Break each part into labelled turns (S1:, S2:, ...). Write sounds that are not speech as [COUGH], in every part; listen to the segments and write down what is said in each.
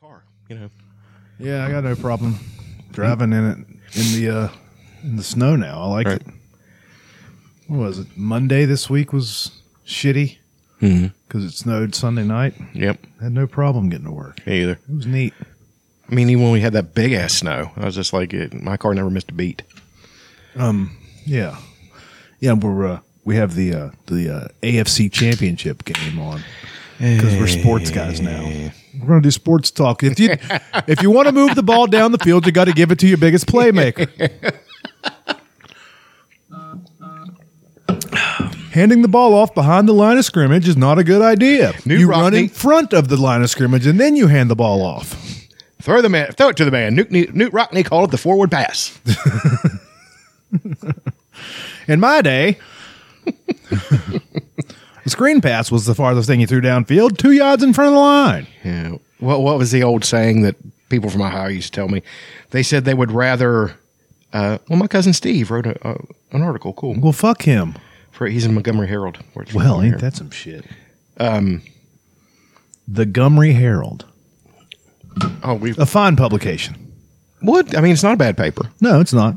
S1: car. You know,
S2: Yeah, I got no problem driving in it in the uh, in the snow now. I like
S1: Right.
S2: it. What was it? Monday this week was shitty because it snowed Sunday night.
S1: yep,
S2: had no problem getting to work.
S1: me either.
S2: It was neat.
S1: I mean, even when we had that big ass snow, I was just like, it, my car never missed a beat.
S2: Yeah, yeah. We're uh, we have the uh, the uh, AFC Championship game on because we're sports guys now. We're gonna do sports talk. If you if you want to move the ball down the field, you got to give it to your biggest playmaker. Handing the ball off behind the line of scrimmage is not a good idea.
S1: New
S2: you run
S1: Rockney.
S2: in front of the line of scrimmage and then you hand the ball off.
S1: Throw the man, throw it to the man. Newt, Newt, Newt Rockney called it the forward pass.
S2: In my day, [LAUGHS] the screen pass was the farthest thing you threw downfield, two yards in front of the line.
S1: yeah. What what was the old saying that people from Ohio used to tell me? They said they would rather. Uh, well, my cousin Steve wrote a, uh, an article. Cool.
S2: Well, fuck him.
S1: For, he's in Montgomery Herald. works for
S2: Well,
S1: Montgomery
S2: ain't
S1: Herald.
S2: that some shit? Um, the Gumry Herald,
S1: Oh, we
S2: a fine publication.
S1: would. I mean, it's not a bad paper.
S2: No, it's not.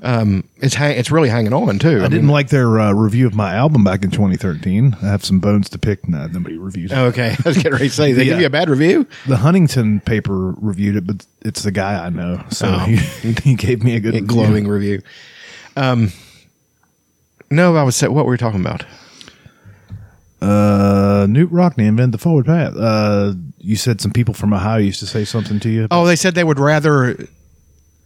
S1: It's ha- it's really hanging on too.
S2: Uh, I didn't like their uh, review of my album back in 2013. I have some bones to pick. Nah, nobody reviews
S1: [LAUGHS]
S2: it.
S1: Okay, I was getting ready to say they give
S2: Yeah.
S1: you a bad review.
S2: The Huntington paper reviewed it, but it's the guy I know, so
S1: Oh.
S2: he, [LAUGHS] he gave me a good
S1: A
S2: review.
S1: glowing review. Um, no, I was sa- what were we talking about?
S2: Uh, Newt Rockney invented the forward pass. Uh, you said some people from Ohio used to say something to you.
S1: Oh, they said they would rather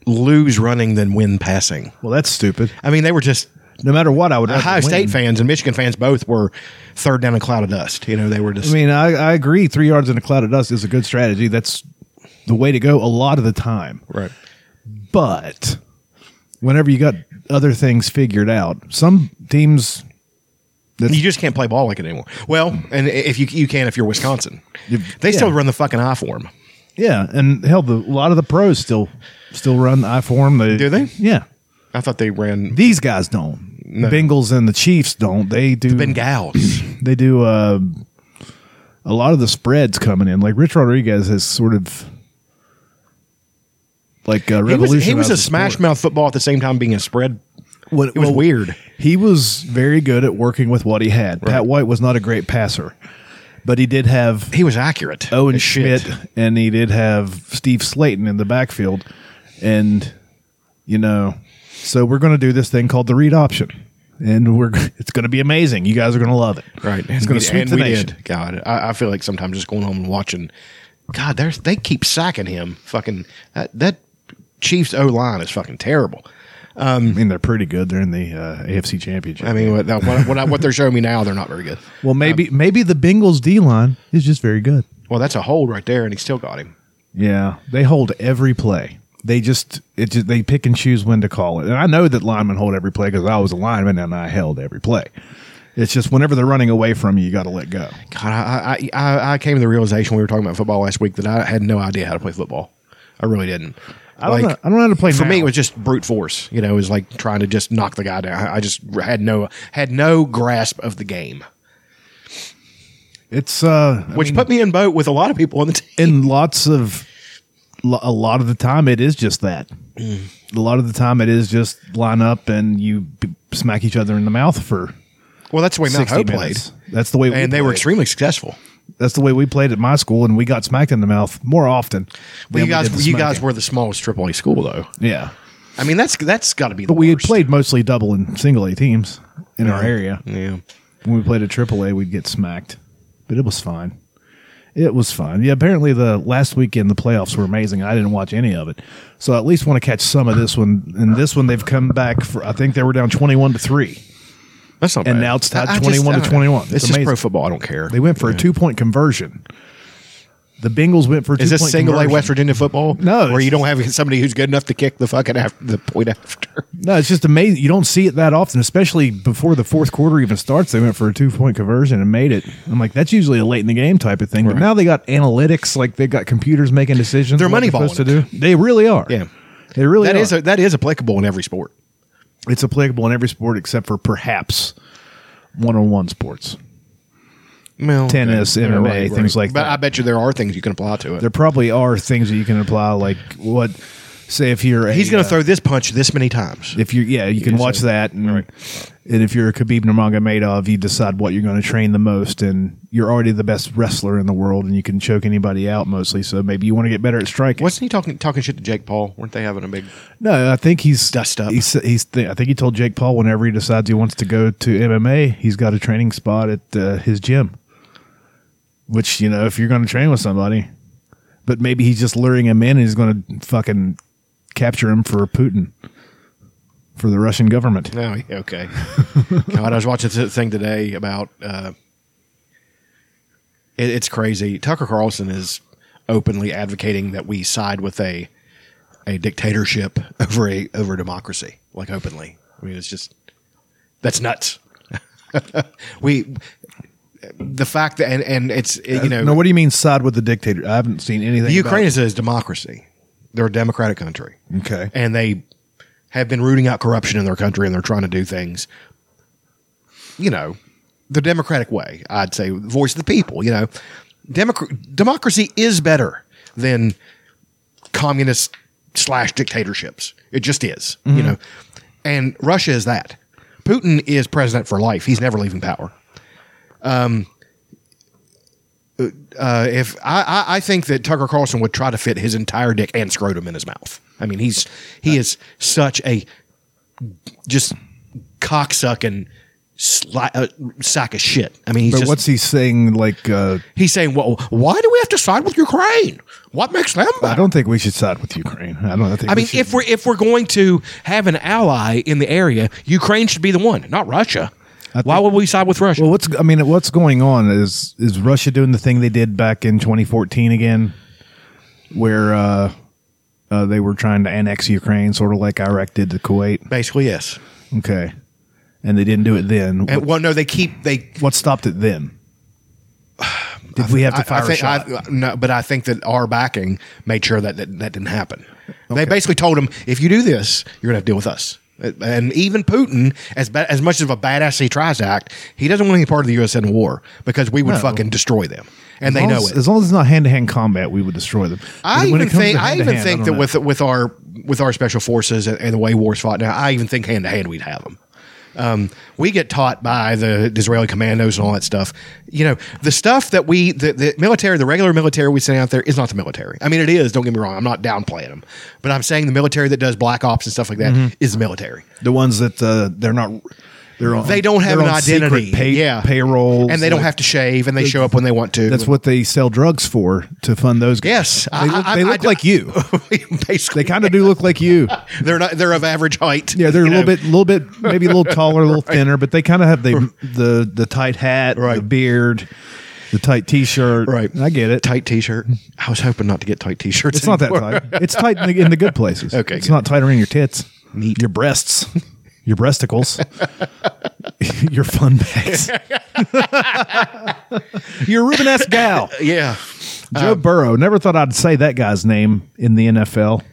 S1: lose running than win passing.
S2: Well, that's stupid.
S1: I mean, they were just
S2: No matter what, I would. rather
S1: Ohio
S2: win.
S1: State fans and Michigan fans both were third down a cloud of dust. You know, they were just.
S2: I mean, I, I agree. Three yards in a cloud of dust is a good strategy. That's the way to go a lot of the time.
S1: right.
S2: But whenever you got other things figured out, some teams
S1: You just can't play ball like it anymore. Well, and if you you can if you're Wisconsin,
S2: You-
S1: they
S2: yeah.
S1: still run the fucking I form.
S2: Yeah, and hell, the, a lot of the pros still still run the I form. They,
S1: Do they?
S2: Yeah,
S1: I thought they ran
S2: these guys don't. The Bengals and the Chiefs don't. They do.
S1: Bengals.
S2: they do uh, a lot of the spreads coming in. Like Rich Rodriguez has sort of like uh,
S1: He was,
S2: revolutionized.
S1: he was a
S2: the sport.
S1: smash mouth football at the same time being a spread.
S2: What-
S1: It was
S2: well,
S1: weird.
S2: He was very good at working with what he had. Pat White was not a great passer, but he did have
S1: He was accurate.
S2: Owen
S1: as shit.
S2: Schmidt, and he did have Steve Slayton in the backfield, and you know, so we're going to do this thing called the read option, and we're it's going to be amazing. You guys are going to love it.
S1: Right.
S2: it's going to sweep the
S1: we
S2: nation.
S1: did. God, I, I feel like sometimes just going home and watching. God, there's they keep sacking him. Fucking that, that Chiefs O line is fucking terrible.
S2: I mean, they're pretty good. They're in the uh, AFC Championship.
S1: I mean, um, what what, what, I- what they're showing me now, they're not very good.
S2: well, maybe maybe the Bengals D line is just very good.
S1: Well, that's a hold right there, and he still got him.
S2: Yeah, they hold every play. They just it just, they pick and choose when to call it. And I know that linemen hold every play because I was a lineman and I held every play. It's just whenever they're running away from you, you got to let go.
S1: God, I, I I I came to the realization we were talking about football last week that I had no idea how to play football. I really didn't.
S2: I don't know- I don't know how to play
S1: For me,
S2: now.
S1: it was just brute force. You know, it was like trying to just knock the guy down. I just had no had no grasp of the game,
S2: It's uh, I
S1: which
S2: mean,
S1: put me in boat with a lot of people on the [LAUGHS] team.
S2: in lots of lo- a lot of the time it is just that.
S1: Mm.
S2: A lot of the time it is just line up and you b- smack each other in the mouth for
S1: Well, that's the way Mount
S2: sixty
S1: Hope played,
S2: minutes. That's the way, we
S1: and they were
S2: played.
S1: extremely successful.
S2: That's the way we played at my school, and we got smacked in the mouth more often.
S1: Well,
S2: than
S1: you
S2: we
S1: guys,
S2: did the
S1: you guys
S2: smacking.
S1: were the smallest AAA school, though.
S2: yeah.
S1: I mean, that's that's got to be.
S2: But we had played mostly double and single A teams in our area.
S1: Yeah.
S2: When we played at AAA, we'd get smacked, but it was fine. It was fine. Yeah, apparently the last weekend the playoffs were amazing. I didn't watch any of it, so I at least want to catch some of this one. And this one they've come back for. I think they were down twenty-one to three.
S1: That's not
S2: And
S1: bad.
S2: now it's tied
S1: I- I just-
S2: 21 to
S1: I-
S2: 21.
S1: It's,
S2: It's
S1: just
S2: amazing.
S1: pro football. I don't care.
S2: They went for a two-point conversion. The Bengals went for a
S1: Is
S2: two-point
S1: this single A
S2: conversion.
S1: West Virginia football?
S2: No,
S1: where
S2: it's-
S1: you don't have somebody who's good enough to kick the fucking after, the point after.
S2: No, it's just amazing. You don't see it that often, especially before the fourth quarter even starts. They went for a two point conversion and made it. I'm like, that's usually a late in the game type of thing. But now they got analytics, like they got computers making decisions.
S1: They're
S2: what
S1: moneyballing
S2: supposed to do. They really are.
S1: Yeah.
S2: they really
S1: That
S2: are.
S1: is a, that is applicable in every sport.
S2: it's applicable in every sport except for perhaps one on one sports.
S1: Well,
S2: tennis,
S1: yeah,
S2: MMA,
S1: right,
S2: things
S1: right.
S2: like
S1: but
S2: that.
S1: I bet you there are things you can apply to it.
S2: there probably are things that you can apply, like what, say, if you're a,
S1: He's going to
S2: uh,
S1: throw this punch this many times.
S2: If you yeah, you can
S1: Yeah,
S2: watch
S1: so-
S2: that, and, and if you're a Khabib Nurmagomedov, you decide what you're going to train the most, and you're already the best wrestler in the world, and you can choke anybody out mostly. So maybe you want to get better at striking.
S1: Wasn't he talking talking shit to Jake Paul? Weren't they having a big?
S2: No, I think he's
S1: Dust up.
S2: He's, he's th- I think he told Jake Paul whenever he decides he wants to go to MMA, he's got a training spot at uh, his gym. Which you know, if you're going to train with somebody, but maybe he's just luring him in and he's going to fucking capture him for Putin, for the Russian government.
S1: No, Oh, yeah,
S2: [LAUGHS]
S1: okay. God, I was watching this thing today about. Uh, it, it's crazy. Tucker Carlson is openly advocating that we side with a a dictatorship [LAUGHS] over a over democracy, like openly. I mean, it's just that's nuts. [LAUGHS] we the fact that and, and it's you know
S2: Uh, no, what do you mean side with the dictator? I haven't seen anything.
S1: the
S2: about- Mm-hmm.
S1: Ukraine is a democracy. They're a democratic country.
S2: okay.
S1: and they have been rooting out corruption in their country and they're trying to do things you know the democratic way i'd say voice of the people you know Democ- democracy is better than communist slash dictatorships it just is you know and russia is that putin is president for life he's never leaving power uh, if I, I, I think that Tucker Carlson would try to fit his entire dick and scrotum in his mouth. I mean, he's he is such a just cocksucking sli- uh, sack of shit. I mean, he's
S2: But
S1: just,
S2: what's he saying? Like, uh,
S1: he's saying, well, why do we have to side with Ukraine? What makes them?
S2: I
S1: better?"
S2: don't think we should side with Ukraine. I don't I think.
S1: I
S2: we
S1: mean,
S2: should-
S1: if we're if we're going to have an ally in the area, Ukraine should be the one, not Russia. Why would we side with Russia?
S2: Well, what's I mean, what's going on is is Russia doing the thing they did back in 2014 again, where uh, uh, they were trying to annex Ukraine, sort of like Iraq did to Kuwait.
S1: Basically, yes.
S2: Okay, and they didn't do it then.
S1: And, well, no, they keep they
S2: what stopped it then? Did we have to fire
S1: I think,
S2: a shot?
S1: I, no, but I think that our backing made sure that that, that didn't happen. They basically told him, if you do this, you're going to have to deal with us. And even Putin, as ba- as much of a badass he tries to act, he doesn't want any part of the U.S. in war because we would fucking destroy them, and they
S2: as long
S1: know
S2: as,
S1: it.
S2: As long as it's not hand to hand combat, we would destroy them.
S1: I
S2: When it
S1: even
S2: comes to
S1: think I even
S2: hand-to-hand,
S1: think
S2: don't
S1: that
S2: know.
S1: with with our with our special forces and, and the way wars fought now, I even think hand to hand we'd have them. Um, we get taught by the Israeli commandos and all that stuff. You know, the stuff that we the, the military, the regular military we send out there is not the military. I mean, it is. Don't get me wrong. I'm not downplaying them, but I'm saying the military that does black ops and stuff like that is
S2: Mm-hmm.
S1: the military.
S2: the ones that uh, they're not they're on,
S1: They don't have
S2: they're
S1: an
S2: on secret
S1: identity.
S2: pay,
S1: yeah,
S2: payroll,
S1: and they don't have to shave, and they show up when they want to.
S2: That's what they sell drugs for to fund those.
S1: Yes,
S2: guys. they look, they look like you.
S1: [LAUGHS] [LAUGHS] basically
S2: They kind of do look like you.
S1: they're not they're of average height.
S2: Yeah, they're
S1: [LAUGHS]
S2: a
S1: you
S2: little
S1: know.
S2: bit, little bit, maybe
S1: [LAUGHS]
S2: a little taller, a little thinner, but they kind of have the the the tight hat, the
S1: Right.
S2: beard, the tight t-shirt.
S1: Right.
S2: I get it.
S1: tight t-shirt. I was hoping not to get tight t-shirts.
S2: It's not that
S1: anymore.
S2: tight. It's tight in the, in the good
S1: [LAUGHS]
S2: places.
S1: Okay,
S2: it's
S1: good.
S2: not tight around your tits, your breasts, your breasticles, [LAUGHS] your fun bags. [LAUGHS] You're a Ruben S.
S1: [LAUGHS]
S2: Gal,
S1: Yeah.
S2: Joe
S1: Um,
S2: Burrow. Never thought I'd say that guy's name in the NFL.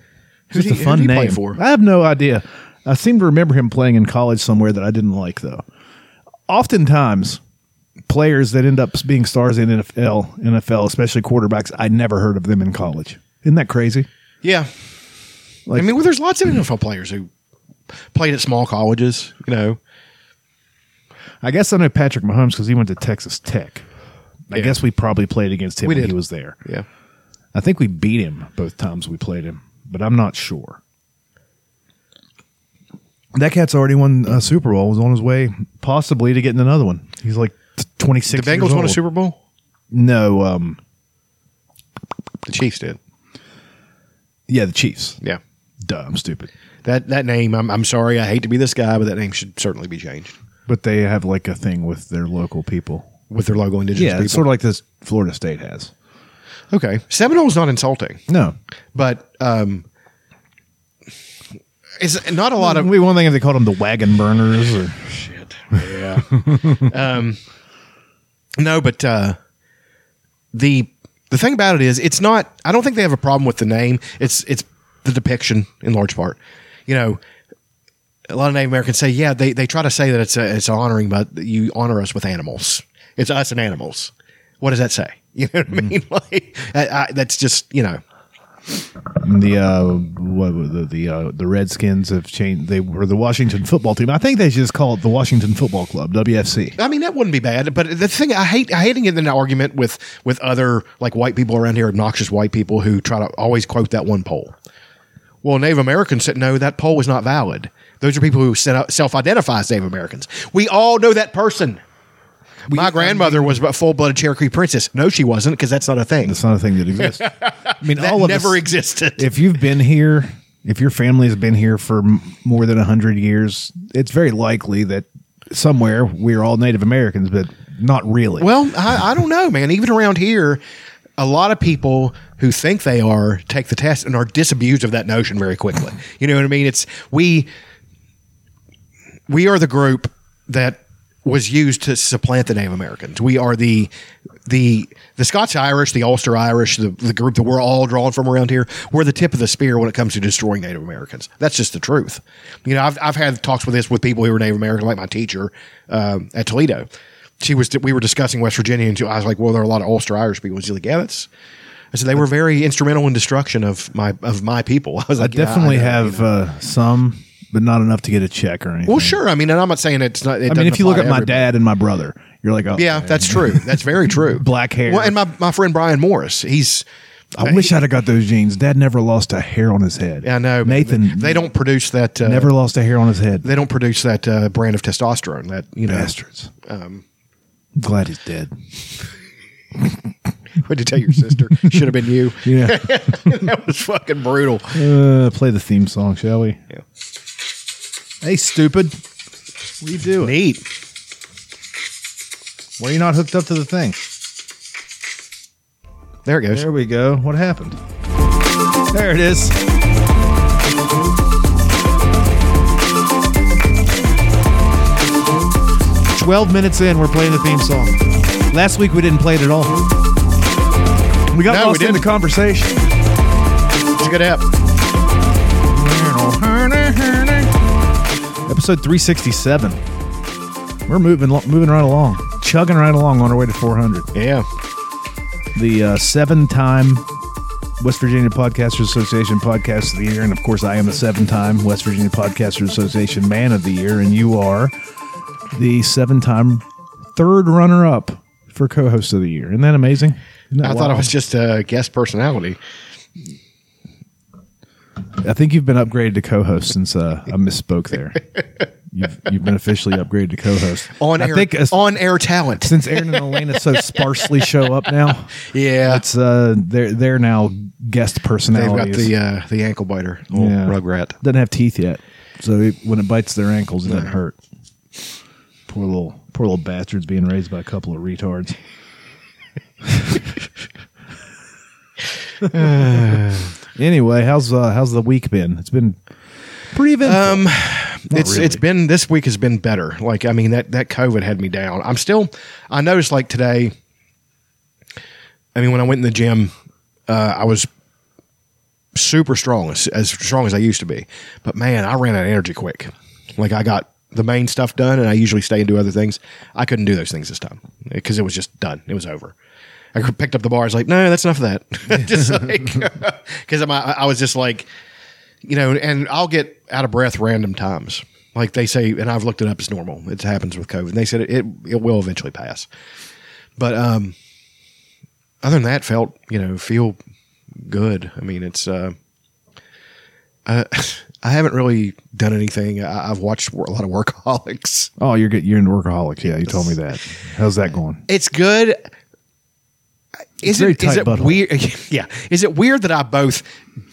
S2: Just
S1: do
S2: a
S1: you- who
S2: fun
S1: do you
S2: name.
S1: play for?
S2: I have no idea. I seem to remember him playing in college somewhere that I didn't like though. Oftentimes, players that end up being stars in NFL, NFL, especially quarterbacks, I never heard of them in college. Isn't that crazy?
S1: Yeah. I mean, well, there's lots of NFL players who played at small colleges, you know.
S2: I guess I know Patrick Mahomes because he went to Texas Tech. I
S1: Yeah.
S2: guess we probably played against him
S1: We
S2: when
S1: did.
S2: he was there.
S1: Yeah.
S2: I think we beat him both times we played him, but I'm not sure. That cat's already won a Super Bowl. Was on his way possibly to getting another one. He's like t- 26.
S1: The Bengals
S2: years
S1: won a
S2: old.
S1: Super Bowl?
S2: No, um,
S1: The Chiefs did.
S2: yeah, the Chiefs.
S1: Yeah.
S2: Duh, I'm stupid.
S1: That that name, I'm, I'm sorry, I hate to be this guy, but that name should certainly be changed
S2: But they have like a thing with their local people.
S1: with their logo indigenous
S2: Yeah,
S1: people.
S2: it's sort of like this Florida State has.
S1: okay. Seminole's not insulting,
S2: No,
S1: but um it's not a lot of
S2: we one thing if they called them the wagon burners. Or,
S1: Shit. Yeah. um, no, but uh, the the thing about it is, it's not. I don't think they have a problem with the name. It's it's the depiction in large part. You know, a lot of Native Americans say, yeah, they, they try to say that it's a, it's honoring, but you honor us with animals. It's us and animals. What does that say? [LAUGHS] You know what I mean? Like I, I, that's just you know.
S2: the uh, what were the the, uh, the Redskins have changed. They were the Washington football team. I think they should just call it the Washington Football Club (WFC).
S1: I mean, that wouldn't be bad. But the thing I hate, I hate to get in an argument with with other like white people around here, obnoxious white people who try to always quote that one poll. Well, Native Americans said no, that poll was not valid. Those are people who self identify as Native Americans. We all know that person. My grandmother was a full blooded Cherokee princess. No, she wasn't, because that's not a thing.
S2: It's not a thing that exists. I mean,
S1: [LAUGHS] That
S2: all of
S1: never
S2: us,
S1: existed.
S2: If you've been here, if your family has been here for m- more than hundred years, it's very likely that somewhere we're all Native Americans, but not really.
S1: Well, I, I don't know, man. Even around here, a lot of people who think they are take the test and are disabused of that notion very quickly. You know what I mean? It's we we are the group that was used to supplant the Native Americans. We are the the the Scots Irish, the Ulster Irish, the, the group that we're all drawn from around here. We're the tip of the spear when it comes to destroying Native Americans. That's just the truth. You know, I've, I've had talks with this with people who were Native American, like my teacher um, at Toledo. She was we were discussing West Virginia, and she, I was like, "Well, there are a lot of Ulster Irish people." And she's like, "Yeah, that's." I said they were very instrumental in destruction of my of my people. [LAUGHS] I was
S2: I
S1: like, "Yeah,
S2: definitely
S1: know."
S2: have uh, some, but not enough to get a check or anything.
S1: Well, sure. I mean, and I'm not saying it's not. It
S2: I mean,
S1: doesn't
S2: if you look
S1: apply
S2: at
S1: to
S2: my
S1: everybody.
S2: dad and my brother, you're like, oh,
S1: Yeah,
S2: man.
S1: that's true. That's very true.
S2: [LAUGHS] Black hair.
S1: Well, and my, my friend Brian Morris, he's.
S2: I wish I'd have got those jeans. Dad never lost a hair on his head.
S1: I know but
S2: Nathan.
S1: They, they don't produce that. Uh,
S2: never lost a hair on his head.
S1: They don't produce that uh, brand of testosterone. That you Um, know.
S2: Bastards. I'm glad he's dead.
S1: [LAUGHS] What to tell your sister? Should have been you.
S2: [LAUGHS]
S1: [LAUGHS]
S2: Yeah.
S1: that was fucking brutal.
S2: uh, play the theme song, shall we?
S1: Yeah.
S2: Hey, stupid. What are you doing?
S1: Neat.
S2: Why are you not hooked up to the thing?
S1: There it goes.
S2: There we go. What happened? There it is. Twelve minutes in, we're playing the theme song. Last week we didn't play it at all. We got
S1: No, we
S2: lost in the
S1: didn't.
S2: conversation.
S1: It's a good app.
S2: Episode 367. We're moving moving right along, chugging right along on our way to 400.
S1: Yeah.
S2: The uh, seven-time West Virginia Podcasters Association Podcast of the Year, and of course, I am the seven-time West Virginia Podcasters Association Man of the Year, and you are the seven-time third runner-up for co-host of the year. Isn't that amazing? Isn't that
S1: I thought I
S2: wild?
S1: was just a guest personality.
S2: I think you've been upgraded to co-host since uh, I misspoke there. You've, you've been officially upgraded to co-host
S1: On
S2: I
S1: air.
S2: think as-
S1: on air
S2: [LAUGHS]
S1: talent.
S2: since Aaron and Elena so sparsely show up now,
S1: Yeah.
S2: it's uh, they're they're now guest
S1: They've
S2: personalities.
S1: got the uh, the ankle biter. Oh,
S2: Yeah.
S1: Rugrat.
S2: doesn't have teeth yet, so it, when it bites their ankles, it doesn't hurt. Poor little poor little bastards being raised by a couple of
S1: [LAUGHS]
S2: retards. anyway, how's uh, how's the week been? It's been pretty eventful.
S1: Um, it's
S2: really.
S1: it's been this week has been better. Like I mean that that COVID had me down. I'm still I noticed like today. I mean when I went in the gym, uh, I was super strong as, as strong as I used to be, but man, I ran out of energy quick. Like I got the main stuff done, and I usually stay and do other things. I couldn't do those things this time because it was just done. It was over. I picked up the bar. I was like, no, that's enough of that. [LAUGHS] just like because I I was just like you know, and I'll get out of breath random times. Like they say, and I've looked it up, it's normal. It happens with COVID. And they said it, it, it will eventually pass. But um, other than that, felt, you know, feel good. I mean, it's, uh, uh, I [LAUGHS] haven't really done anything. I, I've watched a lot of workaholics.
S2: oh, you're good. You're into workaholics. Yeah, you told me that. How's that going?
S1: It's good. Is
S2: very
S1: it, is
S2: tight
S1: it
S2: butthole.
S1: weird? [LAUGHS] Yeah. Is it weird that I both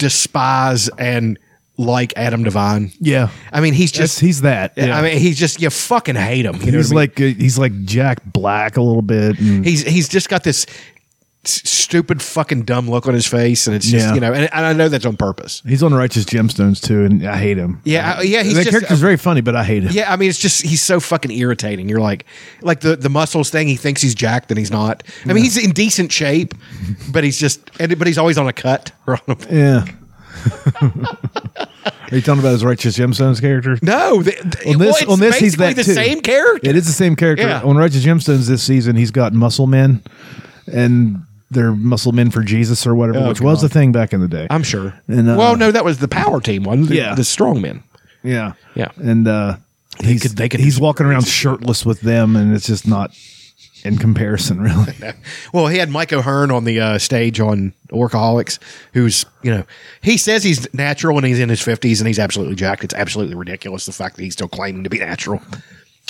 S1: despise and like Adam Devine?
S2: Yeah,
S1: I mean, he's
S2: just
S1: just
S2: he's that.
S1: I mean, he's just you fucking hate him. You know
S2: he's
S1: what I mean?
S2: like uh, he's like Jack Black a little bit. and-
S1: he's he's just got this s- stupid fucking dumb look on his face, and it's just
S2: Yeah.
S1: you know, and, and I know that's on purpose.
S2: He's on Righteous Gemstones too, and I hate him.
S1: Yeah, I- yeah, he's
S2: that
S1: just-
S2: character's very funny, but I hate him.
S1: Yeah, I mean, it's just he's so fucking irritating. You're like, like the the muscles thing. He thinks he's jacked, and he's not. I mean, he's in decent shape, [LAUGHS] but he's just, and, but he's always on a cut. Or on a,
S2: Yeah. Are you talking about his Righteous Gemstones character?
S1: No, th- th-
S2: On
S1: well,
S2: this,
S1: it's
S2: on this he's
S1: basically
S2: that
S1: the
S2: too.
S1: same character.
S2: It is the same character.
S1: Yeah.
S2: On Righteous Gemstones this season, he's got muscle men, and they're muscle men for Jesus or whatever,
S1: Oh,
S2: which was the thing back in the day.
S1: I'm sure.
S2: And, uh,
S1: well, no, that was the power team one. The,
S2: Yeah.
S1: the strongmen.
S2: yeah,
S1: Yeah.
S2: and uh, he's
S1: could- they could-
S2: he's walking
S1: [LAUGHS]
S2: around shirtless with them, and it's just not in comparison, [LAUGHS] really.
S1: [LAUGHS] Well, he had Mike O'Hearn on the uh, stage on Workaholics, who's you know he says he's natural and he's in his fifties and he's absolutely jacked. It's absolutely ridiculous the fact that he's still claiming to be natural,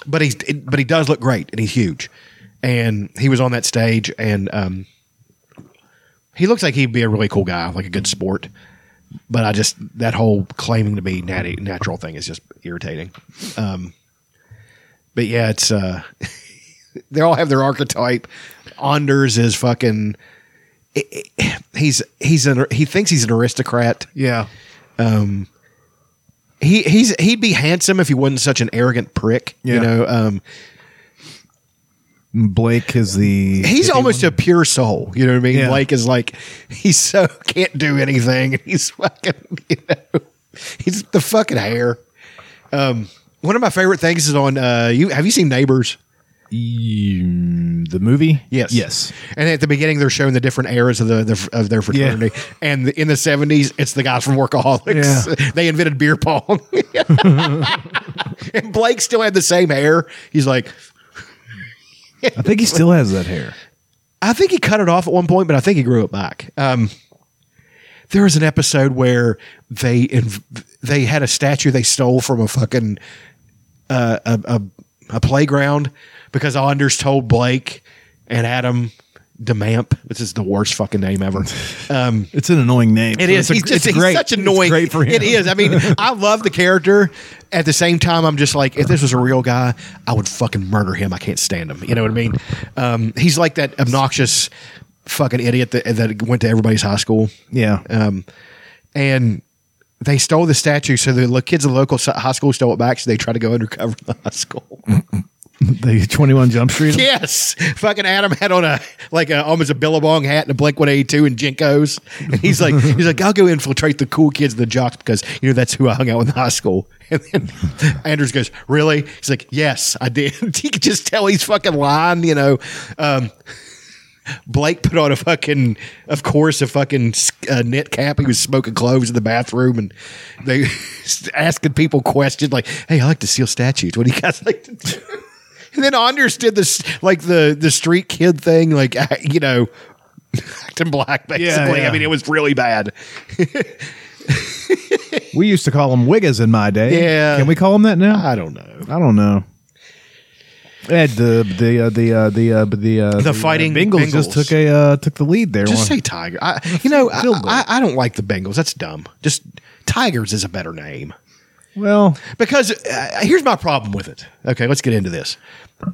S1: but he's it- but he does look great and he's huge, and he was on that stage and um, he looks like he'd be a really cool guy, like a good sport. But I just that whole claiming to be natty, natural thing is just irritating. Um, but yeah, it's. Uh, they all have their archetype. Anders is fucking. He's he's an he thinks he's an aristocrat.
S2: yeah,
S1: He he's he'd be handsome if he wasn't such an arrogant prick.
S2: Yeah.
S1: You know, um,
S2: Blake is the
S1: he's almost a pure soul. You know what I mean?
S2: Yeah.
S1: Blake is like he's so [LAUGHS] can't do anything, and he's fucking [LAUGHS] you know he's the fucking hair. Um, one of my favorite things is on uh, you. Have you seen Neighbors?
S2: Mm, the movie.
S1: Yes.
S2: yes.
S1: And at the beginning, they're showing the different eras of the, the of their fraternity. And in the seventies, it's the guys from Workaholics. [LAUGHS] They invented beer pong. [LAUGHS] and Blake still had the same hair. He's like,
S2: I think he still has that hair.
S1: I think he cut it off at one point, but I think he grew it back. Um, there was an episode where they inv- they had a statue they stole from a fucking uh, a, a a playground because Anders told Blake and Adam Demamp, which is the worst fucking name ever.
S2: It's an annoying name.
S1: It is. He's just he's such annoying.
S2: great for him.
S1: It is. I mean, I love the character. At the same time, I'm just like, if this was a real guy, I would fucking murder him. I can't stand him. You know what I mean? Um, he's like that obnoxious fucking idiot that, that went to everybody's high school.
S2: Yeah.
S1: Um, and they stole the statue, so the lo- kids of the local s- high school stole it back. So they tried to go undercover [LAUGHS] in the high school.
S2: the 21
S1: [LAUGHS]
S2: Jump Street.
S1: Yes, fucking Adam had on a like a, almost a Billabong hat and a Blink One Eighty Two and Jinkos, and he's like he's like I'll go infiltrate the cool kids, and the jocks, because you know that's who I hung out with in high school. [LAUGHS] And then Anders goes, "Really?" He's like, "Yes, I did." [LAUGHS] he could just tell he's fucking lying, you know. Um, Blake put on a fucking, of course, a fucking uh, knit cap. He was smoking cloves in the bathroom, and they [LAUGHS] asking people questions like, "Hey, I like to steal statues. What do you guys [LAUGHS] like to do?" And then Anders did this like the the street kid thing, like [LAUGHS] I- you know, acting black basically.
S2: yeah.
S1: I mean, it was really bad.
S2: We used to call them Wiggas in my day.
S1: Yeah.
S2: Can we call them that now?
S1: I don't know.
S2: I don't know. Ed, the the uh, the uh, the uh, the uh, uh,
S1: fighting
S2: Bengals,
S1: Bengals.
S2: just took a uh, took the lead there.
S1: Just
S2: One-
S1: say Tiger. I, you know, I,
S2: Dildo.
S1: I, I don't like the Bengals. That's dumb. Just Tigers is a better name.
S2: well,
S1: because uh, here's my problem with it. Okay, let's get into this.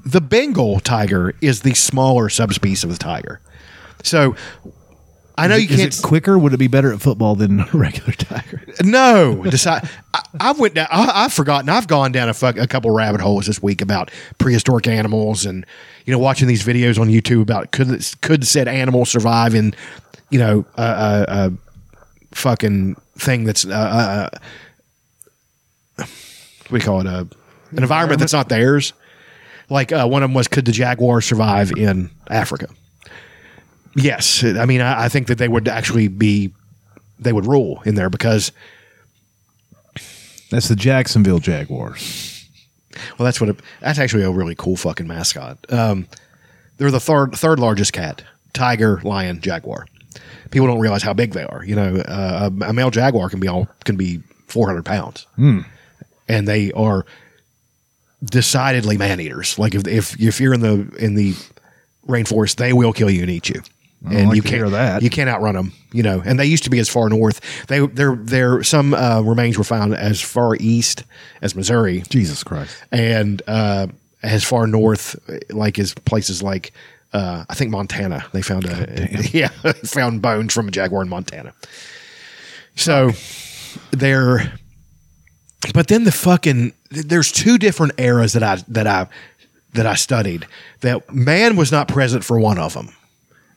S1: The Bengal tiger is the smaller subspecies of the tiger. So I know you
S2: is
S1: can't.
S2: it quicker? Would it be better at football than [LAUGHS] a regular tiger?
S1: no, decide. I, I went down. I, I've forgotten. I've gone down a, fuck, a couple rabbit holes this week about prehistoric animals and you know watching these videos on YouTube about could this- could said animal survive in you know a, a, a fucking thing that's uh, uh, uh, what do you call it a an environment that's not theirs. Like uh, one of them was, could the jaguar survive in Africa? Yes, I mean I, I think that they would actually be they would rule in there because
S2: That's the Jacksonville Jaguars.
S1: Well, that's what it, that's actually a really cool fucking mascot. Um, they're the third third largest cat: tiger, lion, jaguar. People don't realize how big they are. You know, uh, a, a male jaguar can be all can be four hundred pounds,
S2: Hmm.
S1: and they are decidedly man eaters. Like if, if if you're in the in the rainforest, they will kill you and eat you.
S2: don't
S1: And
S2: like
S1: you
S2: to
S1: can't
S2: hear that.
S1: you can't outrun them, you know. And they used to be as far north. They there there some uh, remains were found as far east as Missouri,
S2: Jesus Christ!
S1: and uh, as far north, like as places like uh, I think Montana, they found a [LAUGHS] yeah found bones from a jaguar in Montana. So they're, but then the fucking there's two different eras that I that I that I studied that man was not present for one of them,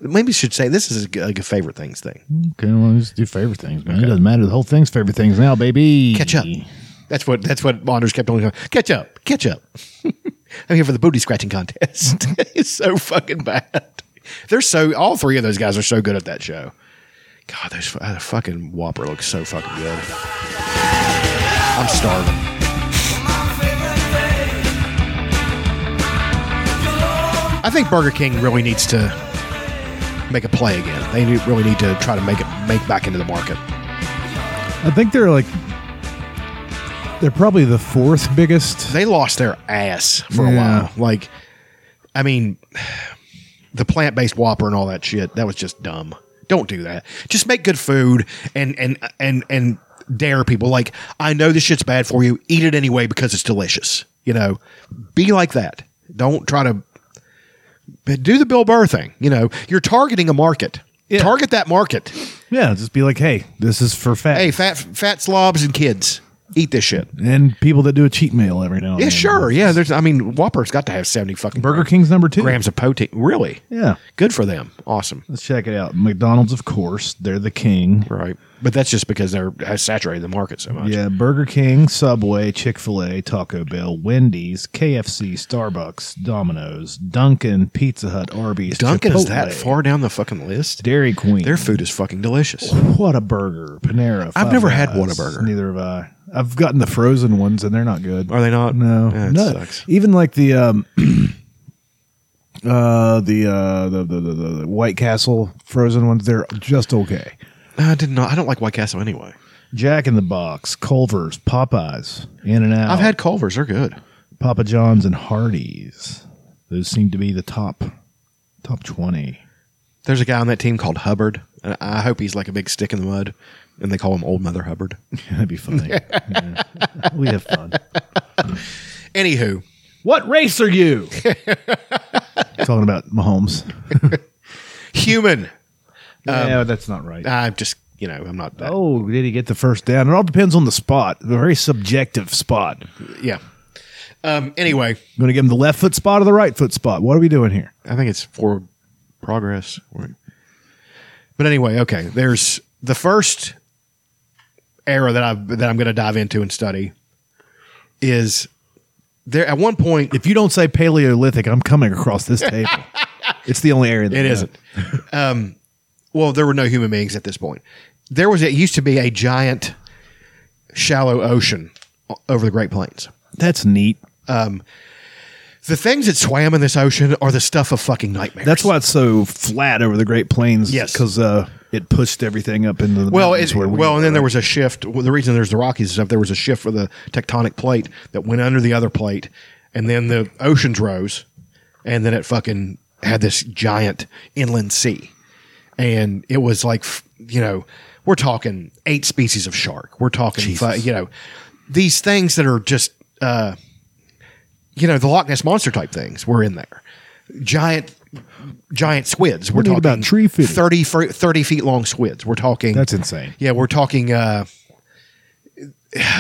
S1: Maybe I should say this is a, like a favorite things thing.
S3: Okay, well, let's do favorite things, man. It doesn't matter. The whole thing's favorite things now, baby.
S1: Catch up. That's what that's what Anders kept on going. Catch up, catch up. [LAUGHS] I'm here for the booty scratching contest. [LAUGHS] it's so fucking bad. They're so all three of those guys are so good at that show. God, those fu- uh, fucking Whopper looks so fucking good. I'm starving. I think Burger King really needs to make a play again. They do- really need to try to make it make back into the market.
S2: I think they're like they're probably the fourth biggest.
S1: they lost their ass for a
S2: Yeah.
S1: while. Like, I mean, [SIGHS] the plant based Whopper and all that shit. That was just dumb. Don't do that. Just make good food and and and and dare people. Like, I know this shit's bad for you. Eat it anyway because it's delicious. You know, be like that. Don't try to. But do the Bill Burr thing. You know, you're targeting a market.
S2: Yeah.
S1: Target that market.
S2: Yeah, just be like, hey, this is for fat,
S1: Hey, fat fat slobs and kids, eat this shit.
S2: and people that do a cheat meal every now. and
S1: Yeah,
S2: then.
S1: sure. Yeah, there's. I mean, Whopper's got to have seventy fucking
S2: Burger King's number two.
S1: grams of protein. Really?
S2: Yeah,
S1: Good for them. Awesome.
S2: let's check it out. McDonald's, of course, they're the king.
S1: Right. But that's just because they're have saturated the market so much.
S2: Yeah, Burger King, Subway, Chick fil A, Taco Bell, Wendy's, KFC, Starbucks, Domino's, Dunkin', Pizza Hut, Arby's,
S1: Dunkin' is
S2: Chipotle,
S1: that far down the fucking list?
S2: Dairy Queen.
S1: Their food is fucking delicious.
S2: what a burger. Panera. Five
S1: never had
S2: Guys,
S1: Whataburger.
S2: Neither have I. I've gotten the frozen ones and they're not good.
S1: Are they not?
S2: No.
S1: Yeah, it
S2: no.
S1: sucks.
S2: Even like the um [CLEARS THROAT] uh the uh the, the, the, the the White Castle frozen ones, they're just okay.
S1: I did not. I don't like White Castle anyway.
S2: Jack in the Box, Culver's, Popeyes, In and Out.
S1: I've had Culver's. They're good.
S2: Papa John's and Hardee's. Those seem to be the top top twenty. [LAUGHS]
S1: There's a guy on that team called Hubbard. And I hope he's like a big stick in the mud. And they call him Old Mother Hubbard. [LAUGHS]
S2: That'd be funny. Yeah. We have fun.
S1: Anywho,
S2: What race
S1: [LAUGHS]
S2: are you? Talking about Mahomes.
S1: human. Um,
S2: yeah, that's not right.
S1: I'm just, you know, I'm not.
S2: oh, did he get the first down? It all depends on the spot. A very subjective spot. I'm
S1: Yeah. Um, anyway,
S2: going to give him the left foot spot or the right foot spot. What are we doing here?
S1: I think it's for progress. But anyway, okay. There's the first era that I that I'm going to dive into and study is there at one point
S2: If you don't say Paleolithic, I'm coming across
S1: [LAUGHS]
S2: this table. it's the only area that
S1: It isn't. um, well, there were no human beings at this point. There was it used to be a giant shallow ocean o- over the Great Plains.
S2: That's neat.
S1: The things that swam in this ocean are the stuff of fucking nightmares.
S2: That's why it's so flat over the Great Plains.
S1: Yes.
S2: because uh, it pushed everything up into the
S1: Well,
S2: mountains
S1: it,
S2: where we
S1: well,
S2: are,
S1: and then there
S2: right?
S1: was a shift. Well, the reason there's the Rockies is if there was a shift for the tectonic plate that went under the other plate, and then the oceans rose, and then it fucking had this giant inland sea, and it was like f- you know we're talking eight species of shark. We're talking fu- you know these things that are just uh, you know the Loch Ness monster type things were in there. Giant. Giant squids. We're
S2: need
S1: talking
S2: about tree fitting.
S1: 30, fr- 30 feet long squids. We're talking
S2: That's insane.
S1: yeah, we're talking. Uh,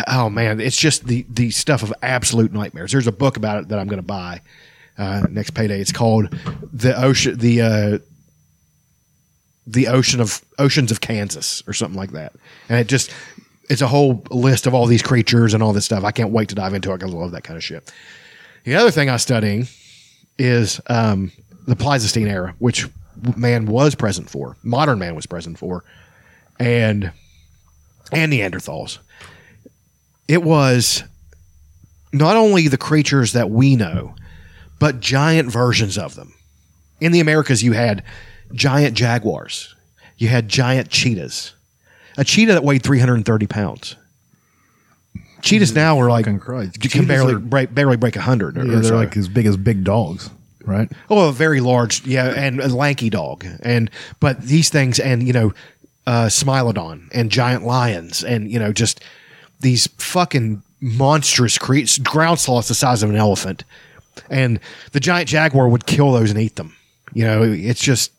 S1: oh man, it's just the the stuff of absolute nightmares. There's a book about it that I'm going to buy uh, next payday. It's called the ocean the uh, the ocean of oceans of Kansas or something like that, and it just it's a whole list of all these creatures and all this stuff. I can't wait to dive into it because I love that kind of shit. The other thing I'm studying is um, the Pleistocene era, which man was present for, modern man was present for, and and Neanderthals. It was not only the creatures that we know, but giant versions of them. In the Americas, you had giant jaguars, you had giant cheetahs, a cheetah that weighed 330 pounds. Cheetahs now are like
S2: Mm-hmm. fucking Christ.
S1: you can
S2: Cheetahs
S1: barely
S2: are-
S1: break, barely break hundred.
S2: Yeah, they're like as big as big dogs, right?
S1: Oh, a very large, yeah, and a lanky dog, and but these things, and you know, uh, smilodon and giant lions, and you know, just these fucking monstrous creatures, ground sloths the size of an elephant, and the giant jaguar would kill those and eat them. You know, it's just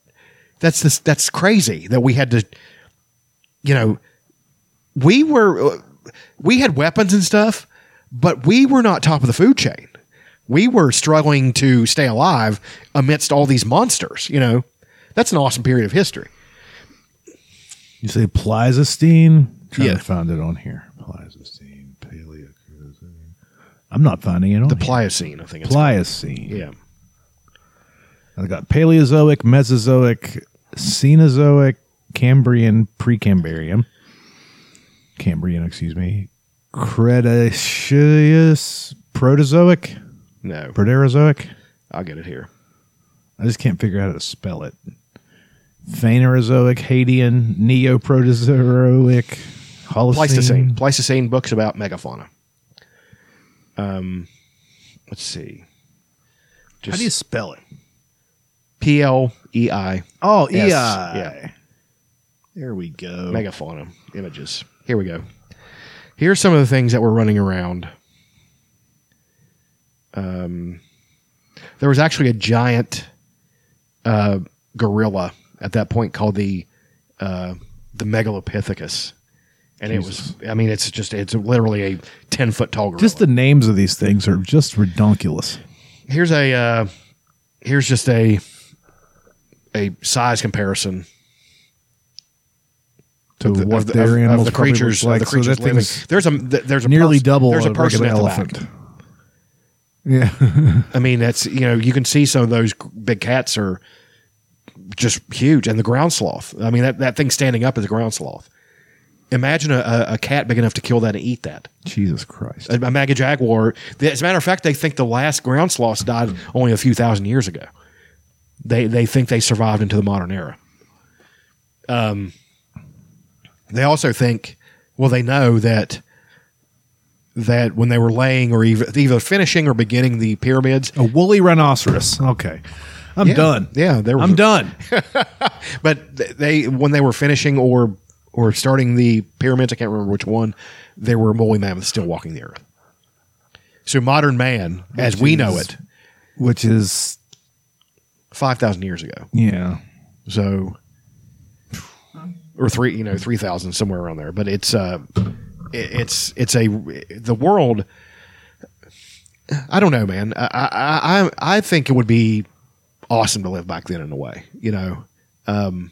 S1: that's this that's crazy that we had to, you know, we were uh, we had weapons and stuff, but we were not top of the food chain. We were struggling to stay alive amidst all these monsters. You know, That's an awesome period of history.
S3: You say Pleistocene? Trying
S1: Yeah.
S3: to find it on here. Pleistocene, Paleocene. I'm not finding it on
S1: The
S3: here.
S1: Pliocene, I think. It's
S3: Pliocene.
S1: Yeah.
S3: I got Paleozoic, Mesozoic, Cenozoic, Cambrian, Precambrian, Cambrian, excuse me, Cretaceous, Protozoic,
S1: No,
S3: Proterozoic.
S1: I'll get it here.
S3: I just can't figure out how to spell it. Phanerozoic, Hadean, Neoprotozoic, Holocene.
S1: Pleistocene. Pleistocene books about megafauna. Um, let's see. Just
S3: How do you spell it?
S1: P L E I
S3: Oh,
S1: S.
S3: EI.
S1: Yeah.
S3: There we go.
S1: megafauna images. Here we go. Here's some of the things that were running around. Um, there was actually a giant uh, gorilla at that point called the uh, the Megalopithecus, and it was. I mean, it's just it's literally a ten foot tall gorilla.
S3: Just the names of these things are just redonkulous.
S1: here's a uh, here's just a a size comparison
S3: to
S1: of the-
S3: what
S1: of the,
S3: their
S1: of- of
S3: animals
S1: the
S3: probably look
S1: creatures
S3: like.
S1: of the creatures
S3: so that
S1: living.
S3: thing's
S1: There's a th- there's a
S3: nearly
S1: pers-
S3: double
S1: There's a
S3: of
S1: person
S3: an
S1: at the back.
S3: elephant. Yeah,
S1: [LAUGHS] I mean, that's you know you can see some of those g- big cats are just huge, and the ground sloth. I mean, that, that thing standing up is a ground sloth. Imagine a, a, a cat big enough to kill that and eat that.
S3: Jesus Christ.
S1: A, a mega jaguar. As a matter of fact, they think the last ground sloths died only a few thousand years ago. They they think they survived into the modern era. Um, they also think, well, they know that that when they were laying or either, either finishing or beginning the pyramids,
S3: A woolly rhinoceros. Okay, I'm
S1: Yeah.
S3: done.
S1: Yeah, there was
S3: I'm
S1: a-
S3: done.
S1: but th- they when they were finishing or or starting the pyramids, I can't remember which one, there were woolly mammoths still walking the earth. So modern man,
S3: Oh,
S1: as we know
S3: is-
S1: it,
S3: Which is
S1: five thousand years ago.
S3: yeah.
S1: So, or three, you know, three thousand somewhere around there. But it's uh, it, it's it's a the world. I don't know, man. I I I, I think it would be awesome to live back then in a way. You know, um,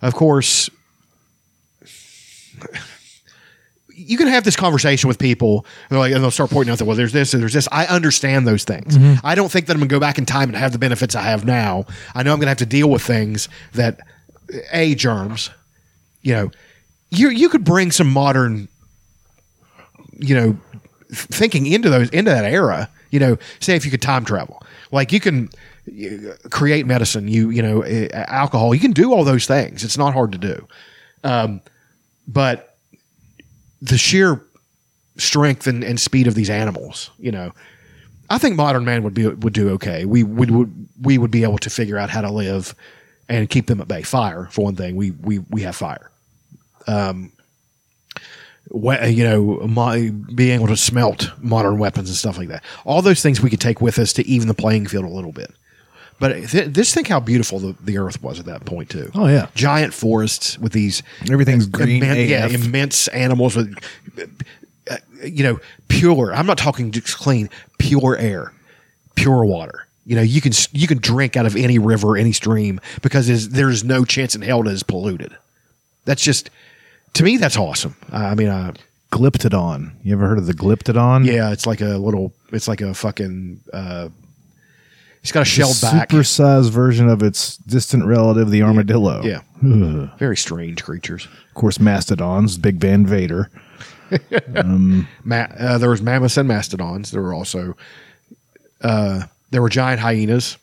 S1: of course, you can have this conversation with people. And they're like, and they'll start pointing out that well, there's this and there's this. I understand those things. I don't think that I'm going to go back in time and have the benefits I have now. I know I'm going to have to deal with things that a germs. You know, you you could bring some modern, you know, th- thinking into those into that era. You know, say if you could time travel, like you can you, create medicine, you you know, eh, alcohol, you can do all those things. It's not hard to do, um, but the sheer strength and, and speed of these animals, you know, I think modern man would be would do okay. We would would we would be able to figure out how to live and keep them at bay. Fire for one thing. We we we have fire. Um, we- you know, my, being able to smelt modern weapons and stuff like that. All those things we could take with us to even the playing field a little bit. But th- just think how beautiful the, the earth was at that point too.
S3: Oh, yeah.
S1: giant forests with these
S3: Everything's green
S1: immen- yeah,
S3: AF.
S1: immense animals with, uh, you know, pure. I'm not talking just clean, pure air, pure water. You know, you can s- you can drink out of any river, any stream because there's, there's no chance in hell it is polluted. That's just to me, that's awesome. I I mean, uh,
S3: Glyptodon. You ever heard of the glyptodon?
S1: yeah, it's like a little, it's like a fucking. Uh, it's got a
S3: The
S1: shell back.
S3: supersized version of its distant relative, the armadillo.
S1: yeah, very strange creatures.
S3: Of course, mastodons. Big Van Vader.
S1: ma- uh, there was mammoths and mastodons. There were also uh, there were giant hyenas.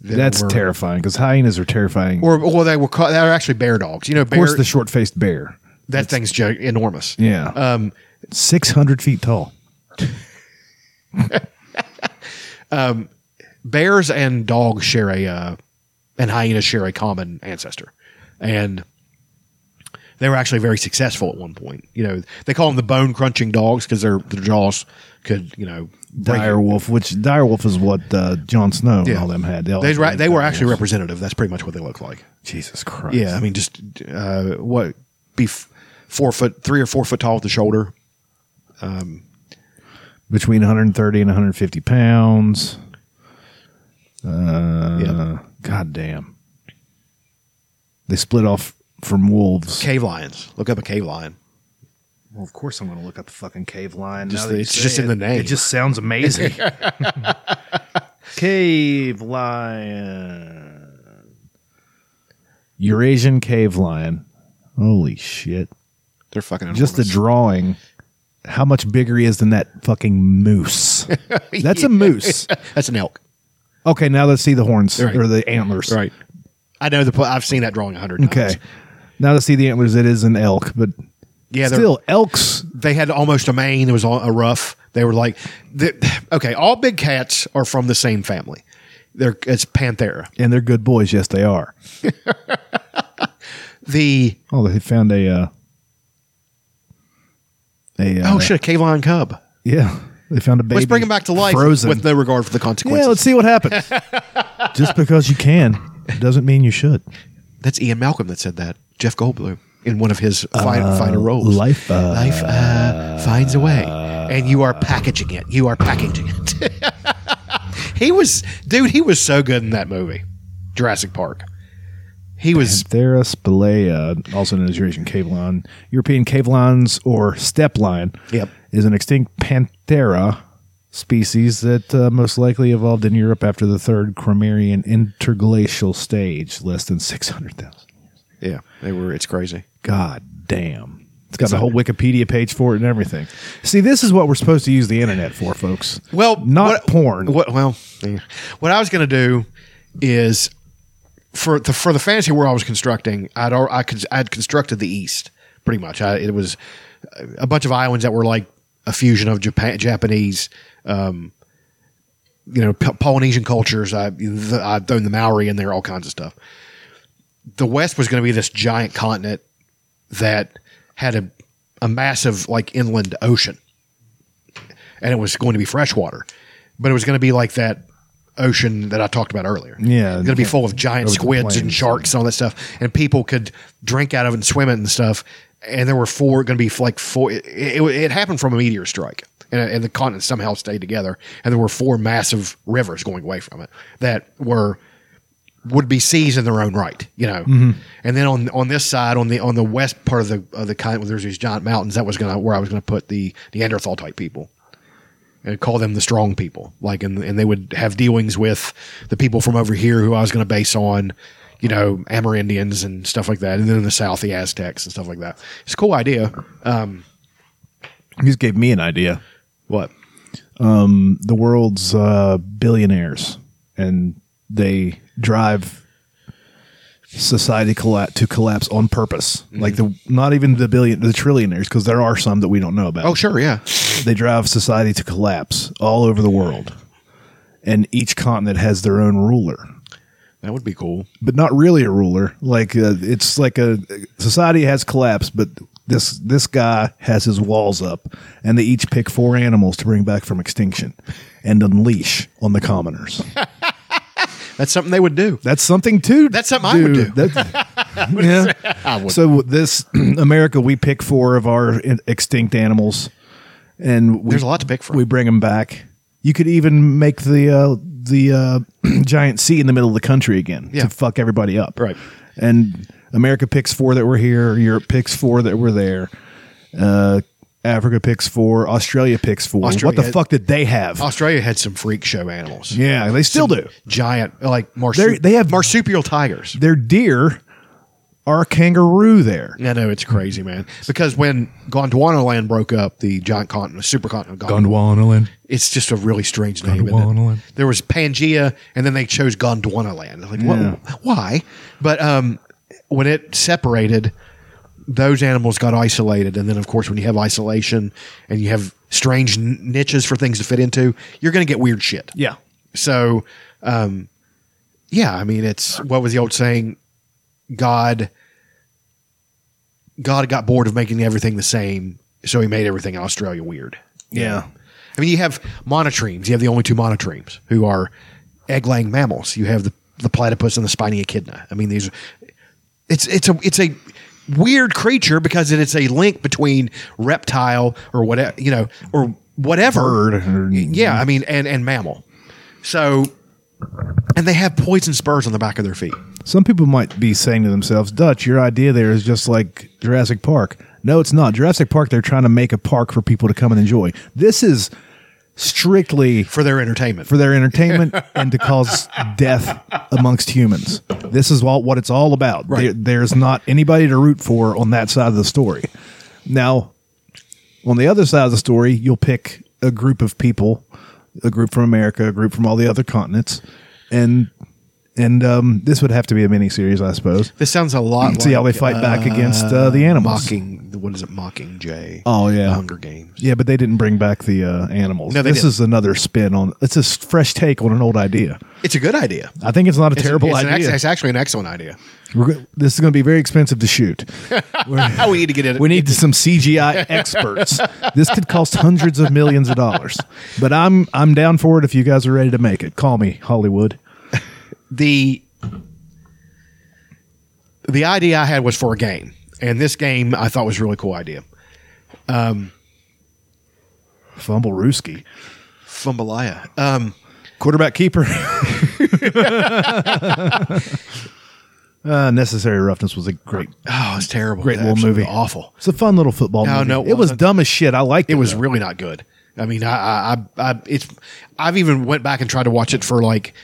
S1: that
S3: That's
S1: were-
S3: terrifying because hyenas are terrifying.
S1: Or well, they were ca- they were actually bear dogs. You know,
S3: of
S1: bear,
S3: course, the short-faced bear.
S1: that thing's gi- enormous.
S3: Yeah. Um, 600 feet tall.
S1: Bears and dogs share a uh, and hyenas share a common ancestor, and they were actually very successful at one point. You know, they call them the bone crunching dogs because their their jaws could you know break your-
S3: Direwolf, which Direwolf is what uh, Jon Snow and
S1: Yeah.
S3: all them had. all
S1: They, ra-
S3: had
S1: they were
S3: direwolves.
S1: actually representative. That's pretty much what they look like.
S3: Jesus Christ.
S1: Yeah, I mean, just uh, what be f- four foot, three or four foot tall at the shoulder.
S3: between 130 and 150 pounds.
S2: Uh, God damn. They split off from wolves.
S1: Cave lions. Look up a cave lion.
S2: Well, of course, I'm going to look up the fucking cave lion.
S1: Just-
S2: now that you
S1: it's
S2: say
S1: just in
S2: it.
S1: the name.
S2: It just
S1: [LAUGHS]
S2: sounds amazing. cave lion, Eurasian cave lion. Holy shit!
S1: They're fucking
S2: Just the
S1: enormous.
S2: drawing. How much bigger he is than that fucking
S1: [LAUGHS]
S2: moose? That's a moose.
S1: That's an elk.
S2: Okay, now let's see the horns
S1: Right.
S2: or the antlers.
S1: Right. I know the. pl- I've seen that drawing a hundred
S2: Okay.
S1: times.
S2: Now let's see the antlers. It is an elk, but
S1: Yeah, they're-
S2: still elks.
S1: they had almost a mane. It was all- a rough. They were like, the, okay, all big cats are from the same family. They're it's Panthera.
S2: And they're good boys. Yes, they are.
S1: The
S2: Oh, they found a. Uh, a uh,
S1: oh shit, a cave lion cub.
S2: Yeah, they found a baby.
S1: Let's bring him back to life
S2: Frozen.
S1: with no regard for the
S2: yeah,
S1: consequences.
S2: let's see what happens. [LAUGHS] Just because you can doesn't mean you should.
S1: That's Ian Malcolm that said that. Jeff Goldblum in one of his fine,
S2: Uh,
S1: finer roles.
S2: life, uh,
S1: life uh, finds a way, and you are packaging it. You are packaging it. [LAUGHS] he was, dude. He was so good in that movie, Jurassic Park. He was
S2: Panthera spilea, also known as Eurasian cave lion, European cave lions or steppe lion,
S1: Yep.
S2: is an extinct Panthera species that uh, most likely evolved in Europe after the third Cromerian interglacial stage, less than 600,000.
S1: yeah. They were. It's crazy.
S2: God damn. It's got a whole Wikipedia page for it and everything. See, this is what we're supposed to use the internet for, folks.
S1: Well,
S2: not
S1: what-
S2: porn.
S1: What, well, yeah. what I was going to do is for the for the fantasy world I was constructing, I'd al- I could I'd constructed the East pretty much. I, it was a bunch of islands that were like a fusion of Japan, Japanese, um, you know, P- Polynesian cultures. I the, I've thrown the Maori in there, all kinds of stuff. The West was going to be this giant continent that had a a massive like inland ocean and it was going to be freshwater, but it was going to be like that ocean that I talked about earlier.
S2: Yeah.
S1: going to be full of giant
S2: Over the
S1: squids and
S2: plains.
S1: sharks and all that stuff, and people could drink out of it and swim it and stuff. And there were four going to be like four. It, it, it happened from a meteor strike, and, and the continents somehow stayed together. And there were four massive rivers going away from it that were would be seas in their own right, you know.
S2: Mm-hmm.
S1: And then on on this side, on the on the west part of the of the continent, where there's these giant mountains, that was gonna where I was gonna put the Neanderthal type people, and call them the strong people. Like, and and they would have dealings with the people from over here who I was gonna base on, you know, Amerindians and stuff like that. And then in the south, the Aztecs and stuff like that. It's a cool idea.
S2: You just gave me an idea. Um,
S1: What?
S2: the world's uh, billionaires and they drive society colla- to collapse on purpose like the not even the billion the trillionaires because there are some that we don't know about
S1: Oh, sure, yeah.
S2: they drive society to collapse all over the world and each continent has their own ruler
S1: That would be cool.
S2: but not really a ruler like uh, it's like a society has collapsed but this this guy has his walls up and they each pick four animals to bring back from extinction and unleash on the commoners
S1: That's something they would do.
S2: That's something too.
S1: That's something I would do.
S2: That-
S1: [LAUGHS]
S2: yeah. So this [CLEARS THROAT] America, we pick four of our in- extinct animals, and we,
S1: There's a lot to pick from.
S2: We bring them back. You could even make the uh, the uh, [CLEARS THROAT] giant sea in the middle of the country again
S1: Yeah.
S2: to fuck everybody up.
S1: Right.
S2: And America picks four that were here. Europe picks four that were there. Uh, Africa picks four. Australia picks four.
S1: Australia
S2: what the
S1: had-
S2: fuck did they have?
S1: Australia had some freak show animals.
S2: yeah, they still do.
S1: Giant, like
S2: They're-
S1: marsup-
S2: they have-
S1: marsupial tigers.
S2: Their deer are a kangaroo there.
S1: I know it's crazy, man. Because when Gondwana land broke up, the giant continent, supercontinent, Gondwana,
S2: Gondwanaland.
S1: it's just a really strange name. isn't it?
S2: Gondwanaland.
S1: There was Pangea, and then they chose Gondwana land. Like,
S2: Yeah.
S1: what, why? But um, when it separated, those animals got isolated, and then of course, when you have isolation and you have strange n- niches for things to fit into, you're going to get weird shit.
S2: Yeah.
S1: So, um, yeah, I mean, it's what was the old saying? God, God got bored of making everything the same, so he made everything in Australia weird.
S2: Yeah.
S1: I mean, you have monotremes. You have the only two monotremes who are egg-laying mammals. You have the, the platypus and the spiny echidna. I mean, these. It's it's a it's a weird creature because it is a link between reptile or whatever you know or whatever
S2: Bird.
S1: yeah, I mean, and and mammal. So and they have poison spurs on the back of their feet.
S2: Some people might be saying to themselves, Dutch, your idea there is just like Jurassic Park. No, it's not. Jurassic Park, they're trying to make a park for people to come and enjoy. This is strictly
S1: for their entertainment.
S2: for their entertainment and to cause death amongst humans. This is all, what it's all about.
S1: Right.
S2: There, there's not anybody to root for on that side of the story. Now, on the other side of the story, you'll pick a group of people, a group from America, a group from all the other continents, and and um, this would have to be a mini series, I suppose.
S1: this sounds a lot.
S2: See how they
S1: like,
S2: fight
S1: uh,
S2: back against uh, the animals.
S1: mocking. What is it? Mocking Jay.
S2: Oh, yeah.
S1: The Hunger Games.
S2: Yeah, but they didn't bring back the uh, animals.
S1: No, they
S2: this
S1: didn't.
S2: is another spin on. It's a s- fresh take on an old idea.
S1: It's a good idea.
S2: I think it's not a
S1: It's-
S2: terrible
S1: it's an ex-
S2: idea.
S1: it's actually an excellent
S2: [LAUGHS]
S1: idea.
S2: We're go- this is going to be very expensive to shoot.
S1: How [LAUGHS] we need to get it.
S2: We need some CGI experts. This could cost hundreds of millions of dollars. But I'm I'm down for it if you guys are ready to make it. Call me Hollywood.
S1: the the idea I had was for a game, and this game I thought was a really cool idea.
S2: Fumble Rooski.
S1: Fumbalaya. Um,
S2: Quarterback keeper. uh, Necessary Roughness was a great
S1: oh, it's terrible.
S2: great
S1: It's
S2: little
S1: absolutely
S2: movie.
S1: Awful.
S2: It's a fun little football
S1: No,
S2: movie.
S1: no, it
S2: it was
S1: wasn't.
S2: dumb as shit. I liked it.
S1: It was really not good. I mean, I, I, I, I, it's, I've even went back and tried to watch it for like,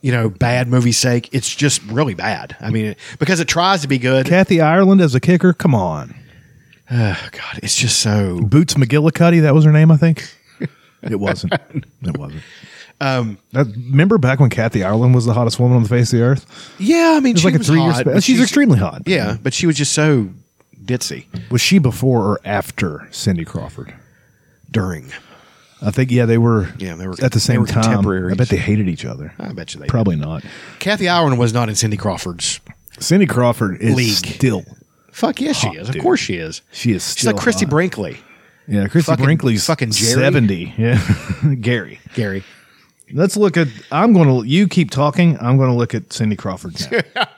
S1: you know, bad movie's sake. It's just really bad. I mean, because it tries to be good.
S2: Kathy Ireland as a kicker. Come on.
S1: Oh, God, it's just so.
S2: Boots McGillicuddy, that was her name, I think. It wasn't.
S1: [LAUGHS]
S2: it wasn't. Um, remember back when Kathy Ireland was the hottest woman on the face of the earth?
S1: Yeah, I mean,
S2: It was
S1: she
S2: like a
S1: was
S2: three year
S1: hot,
S2: span.
S1: but
S2: She's, extremely hot.
S1: Yeah, but she was just so ditzy
S2: Was she before or after Cindy Crawford?
S1: during.
S2: I think yeah, they were.
S1: Yeah, they were-
S2: at the
S1: they
S2: same
S1: were
S2: time.
S1: contemporaries.
S2: I bet they hated each other.
S1: I bet you they.
S2: Probably not.
S1: Kathy Ireland was not in Cindy Crawford's.
S2: Cindy Crawford is
S1: League.
S2: still.
S1: Fuck yeah, she
S2: Hot
S1: is. Of
S2: dude.
S1: course she is.
S2: She is.
S1: She's like
S2: still
S1: Christy
S2: hot.
S1: Brinkley,
S2: Yeah, Christy
S1: Fucking-
S2: Brinkley's
S1: fucking Jerry.
S2: seventy. Yeah, [LAUGHS] Gary.
S1: Gary.
S2: Let's look at. I'm going to. You keep talking. I'm going to look at Cindy Crawford. Now.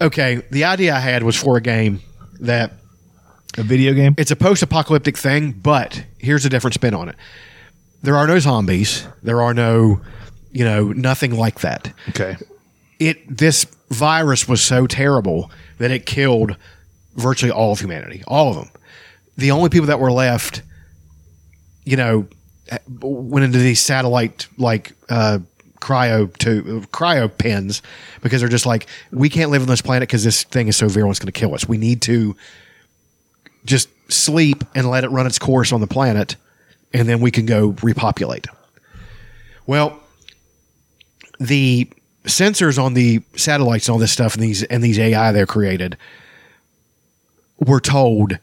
S1: Okay, the idea I had was for a game that
S2: a video game.
S1: it's a post-apocalyptic thing, but here's a different spin on it. There are no zombies. There are no, you know, nothing like that.
S2: Okay.
S1: It this virus was so terrible that it killed virtually all of humanity, all of them. The only people that were left, you know, went into these satellite like uh, cryo to cryo pens because they're just like we can't live on this planet because this thing is so virulent it's going to kill us. We need to just sleep and let it run its course on the planet, and then we can go repopulate. Well, the sensors on the satellites and all this stuff and these and these AI they're created were told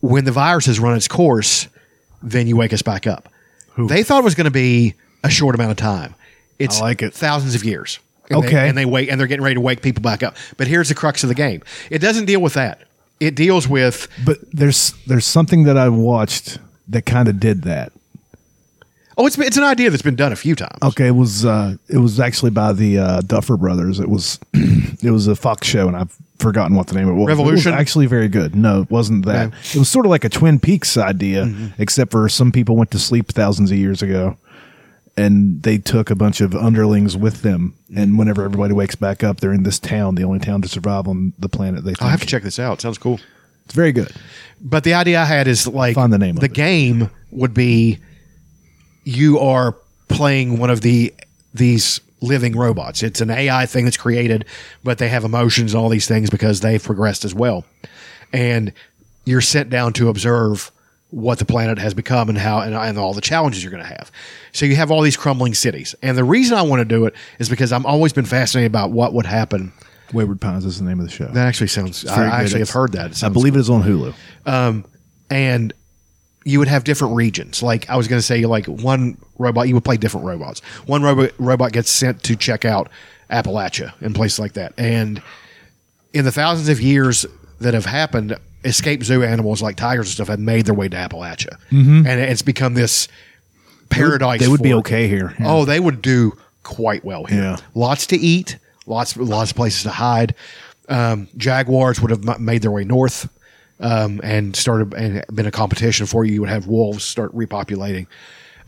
S1: when the virus has run its course, then you wake us back up. They thought it was going to be a short amount of time. It's
S2: I like it.
S1: thousands of years. And they-
S2: Okay.
S1: and they wait and they're getting ready to wake people back up. But here's the crux of the game. It doesn't deal with that. It deals with
S2: But there's there's something that I watched that kind of did that.
S1: oh, it's it's an idea that's been done a few times.
S2: Okay, it was uh, it was actually by the uh, Duffer Brothers. It was [CLEARS THROAT] it was a Fox show, and I've forgotten what the name of it was.
S1: Revolution?
S2: It was actually very good. No, it wasn't that. It was sort of like a Twin Peaks idea,
S1: Mm-hmm.
S2: except for some people went to sleep thousands of years ago, and they took a bunch of underlings with them. And whenever everybody wakes back up, they're in this town, the only town to survive on the planet. They
S1: I'll
S2: think.
S1: have to check this out. Sounds cool.
S2: it's very good.
S1: But the idea I had is like
S2: Find the name of it.
S1: game would be you are playing one of the these living robots. It's an AI thing that's created, but they have emotions and all these things because they've progressed as well. And you're sent down to observe what the planet has become and how and, and all the challenges you're going to have. So you have all these crumbling cities. And the reason I want to do it is because I've always been fascinated about what would happen.
S2: Wayward Pines is the name of the show.
S1: That actually sounds I,
S2: Very
S1: I
S2: good.
S1: actually have
S2: It's-
S1: heard that. It
S2: I
S1: sounds
S2: believe it is on Hulu.
S1: and you would have different regions. Like I was going to say, like one robot, you would play different robots. One robot robot gets sent to check out Appalachia and places like that. And in the thousands of years that have happened, escaped zoo animals like tigers and stuff have made their way to Appalachia, and it's become this paradise.
S2: Mm-hmm. They would be
S1: for-
S2: okay here.
S1: Oh, they would do quite well here.
S2: Yeah.
S1: Lots to eat, lots lots of places to hide. Um, jaguars would have m- made their way north um, and started and been a competition for you. You would have wolves start repopulating.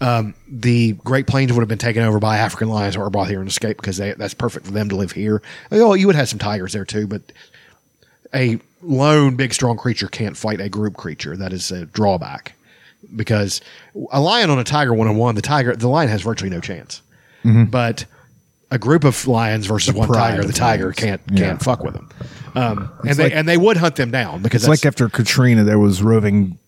S1: Um, the Great Plains would have been taken over by African lions or brought here and escaped because they, that's perfect for them to live here. Oh, you would have some tigers there too, but a lone big strong creature can't fight a group creature. That is a drawback because a lion on a tiger one on one, the tiger the lion has virtually no chance. But a group of lions versus one
S2: Mm-hmm. pride
S1: tiger,
S2: of
S1: the tiger
S2: lions.
S1: can't
S2: Yeah.
S1: can't fuck with them. Um, and they
S2: like-
S1: and they would hunt them down because
S2: It's like
S1: that's-
S2: after Katrina, there was roving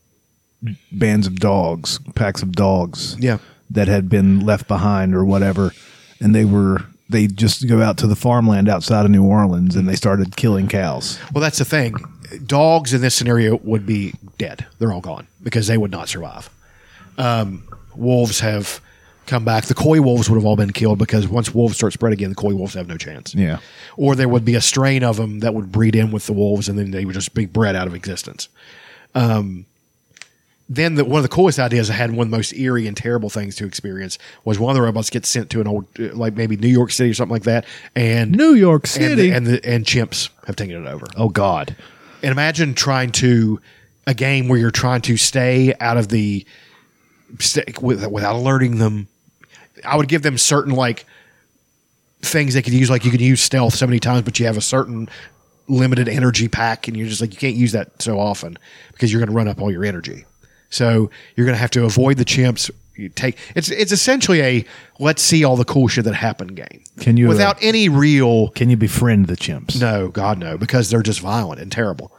S2: bands of dogs, packs of dogs,
S1: Yeah.
S2: that had been left behind or whatever, and they were they just go out to the farmland outside of New Orleans and they started killing cows.
S1: Well, that's the thing. Dogs in this scenario would be dead. They're all gone because they would not survive. Um, wolves have come back. The coy wolves would have all been killed because once wolves start spreading again, the coy wolves have no chance.
S2: Yeah.
S1: Or there would be a strain of them that would breed in with the wolves and then they would just be bred out of existence. Um, then the, one of the coolest ideas I had, one of the most eerie and terrible things to experience, was one of the robots gets sent to an old, uh, like maybe New York City or something like that, and
S2: New York
S1: and
S2: City.
S1: the, and, the, and chimps have taken it over.
S2: oh God,
S1: And imagine trying to a game where you're trying to stay out of the stay, with, without alerting them. I would give them certain like things they could use. Like you can use stealth so many times, but you have a certain limited energy pack, and you're just like you can't use that so often because you're going to run up all your energy. So you're going to have to avoid the chimps. You take it's it's essentially a let's see all the cool shit that happened game.
S2: Can you, uh,
S1: without any real
S2: can you befriend the chimps?
S1: no, God, no, because they're just violent and terrible.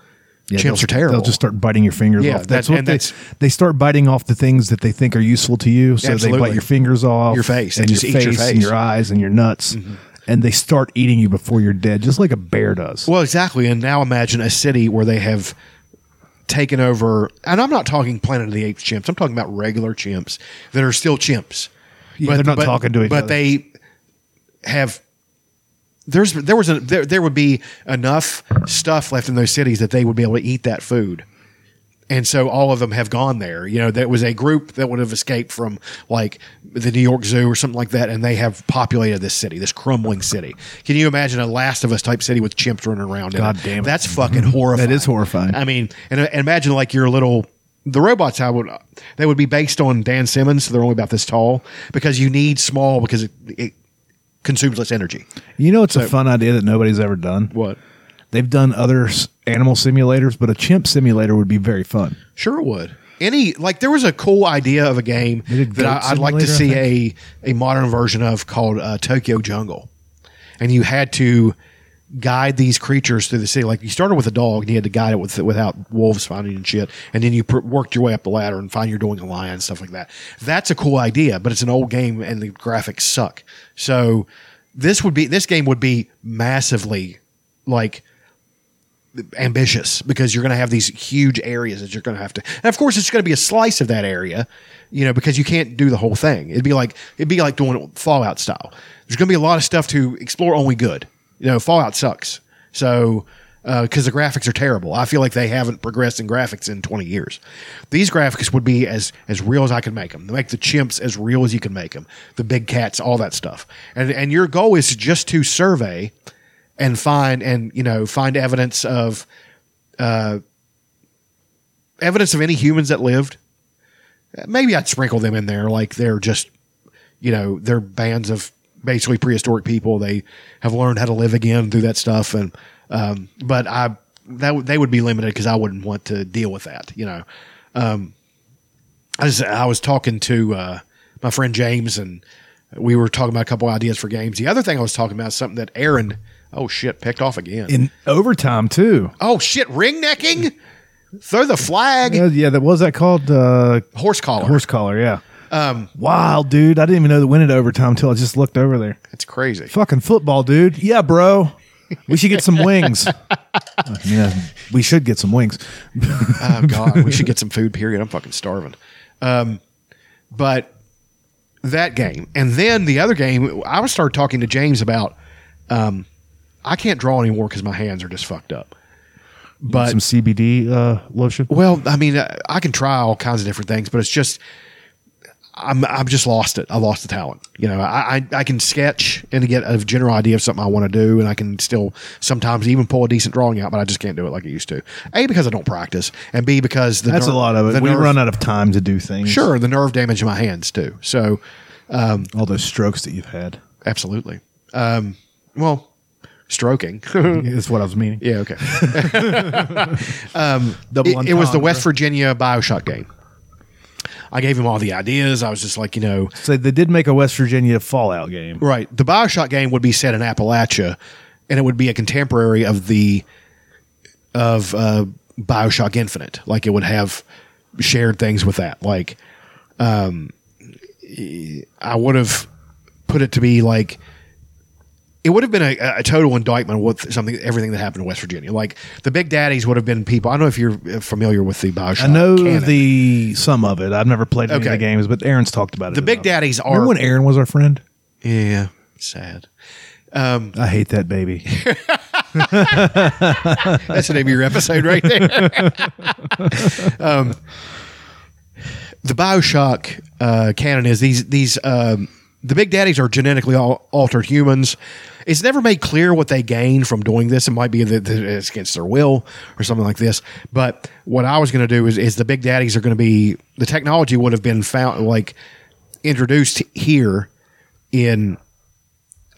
S2: Yeah,
S1: Chimps
S2: they'll-
S1: are terrible.
S2: They'll just start biting your fingers
S1: Yeah,
S2: off. That's
S1: that-
S2: what
S1: and
S2: they,
S1: that's-
S2: they start biting off the things that they think are useful to you. So they
S1: Absolutely.
S2: bite your fingers off,
S1: Your face. They
S2: and your
S1: just eat
S2: face,
S1: your
S2: and
S1: face. Mm-hmm.
S2: your eyes, and your nuts, and they start eating you before you're dead, just like a bear does.
S1: Well, exactly. And now imagine a city where they have taken over. And I'm not talking Planet of the Apes chimps. I'm talking about regular chimps that are still chimps.
S2: Yeah, they're not talking to each
S1: but
S2: other.
S1: they have. There's there was a there there would be enough stuff left in those cities that they would be able to eat that food. and so all of them have gone there. You know, that was a group that would have escaped from like the New York Zoo or something like that, and they have populated this city, this crumbling city. Can you imagine a Last of Us type city with chimps running around? in
S2: God
S1: it?
S2: damn it.
S1: that's fucking horrifying.
S2: [LAUGHS] That is horrifying.
S1: I mean, and, and imagine like your little. The robots, I would, they would be based on Dan Simmons. So they're only about this tall because you need small because it, it consumes less energy.
S2: You know, it's a fun idea that nobody's ever done.
S1: What?
S2: They've done other s- animal simulators, but a chimp simulator would be very fun.
S1: Sure would. Any like there was a cool idea of a game
S2: They did
S1: that
S2: Goat
S1: I, I'd like to see
S2: Simulator, I
S1: a a modern version of called uh, Tokyo Jungle, and you had to guide these creatures through the city. Like you started with a dog, and you had to guide it with without wolves finding you and shit, and then you pr- worked your way up the ladder and find you're doing a lion stuff like that. That's a cool idea, but it's an old game and the graphics suck. So this would be this game would be massively like ambitious because you're going to have these huge areas that you're going to have to and of course it's going to be a slice of that area you know because you can't do the whole thing it'd be like it'd be like doing fallout style there's going to be a lot of stuff to explore only good you know fallout sucks so because the graphics are terrible i feel like they haven't progressed in graphics in 20 years these graphics would be as as real as i can make them make the chimps as real as you can make them the big cats all that stuff and and your goal is just to survey and find and you know find evidence of uh, evidence of any humans that lived. Maybe I'd sprinkle them in there, like they're just you know they're bands of basically prehistoric people. They have learned how to live again through that stuff, and um, but I that would- they would be limited because I wouldn't want to deal with that. You know, um, I was I was talking to uh, my friend James and. We were talking about a couple ideas for games. The other thing I was talking about is something that Aaron, oh shit, picked off again.
S2: In overtime, too.
S1: Oh shit, ring necking? Throw the flag.
S2: Yeah, yeah that what was that called uh,
S1: Horse collar.
S2: horse collar. Yeah. Um, wow, dude. I didn't even know that went into overtime until I just looked over there.
S1: That's crazy.
S2: Fucking football, dude. Yeah, bro. We should get some [LAUGHS] wings. yeah, we should get some wings.
S1: Oh god, we should get some food. Period. I'm fucking starving. Um, but that game, and then the other game, I would start talking to James about. Um, I can't draw anymore because my hands are just fucked up. But
S2: Some CBD uh, lotion.
S1: Well, I mean, uh, I can try all kinds of different things, but it's just I'm I've just lost it. I lost the talent. You know, I I, I can sketch and get a general idea of something I want to do, and I can still sometimes even pull a decent drawing out, but I just can't do it like I used to. A because I don't practice, and B because the
S2: That's
S1: ner-
S2: a lot of
S1: the
S2: it. We
S1: nerve-
S2: run out of time to do things.
S1: Sure, the nerve damage in my hands too. So
S2: All those strokes that you've had.
S1: absolutely. Um, well,
S2: [LAUGHS]
S1: stroking.
S2: That's what I was meaning.
S1: yeah. Okay.
S2: Double
S1: it, it was the
S2: entendre.
S1: West Virginia Bioshock game. I gave him all the ideas. I was just like, you know,
S2: So they did make a West Virginia Fallout game.
S1: right. The Bioshock game would be set in Appalachia, and it would be a contemporary of the of uh, Bioshock Infinite. Like it would have shared things with that. Like, um, I would have put it to be like it would have been a, a total indictment with something everything that happened in West Virginia. Like the Big Daddies would have been people. I don't know if you're familiar with the Bioshock.
S2: I know
S1: canon.
S2: the some of it. I've never played any
S1: Okay.
S2: of the games, but Aaron's talked about it.
S1: The Big
S2: enough.
S1: Daddies are
S2: Remember when Aaron was our friend?
S1: Yeah, sad.
S2: I hate that baby.
S1: [LAUGHS] That's the name of your episode right there. [LAUGHS] um, the Bioshock uh, canon is these these um, the Big Daddies are genetically al- altered humans. It's never made clear what they gain from doing this. It might be that that it's against their will or something like this. But what I was going to do is, is the Big Daddies are going to be the technology would have been found like introduced here in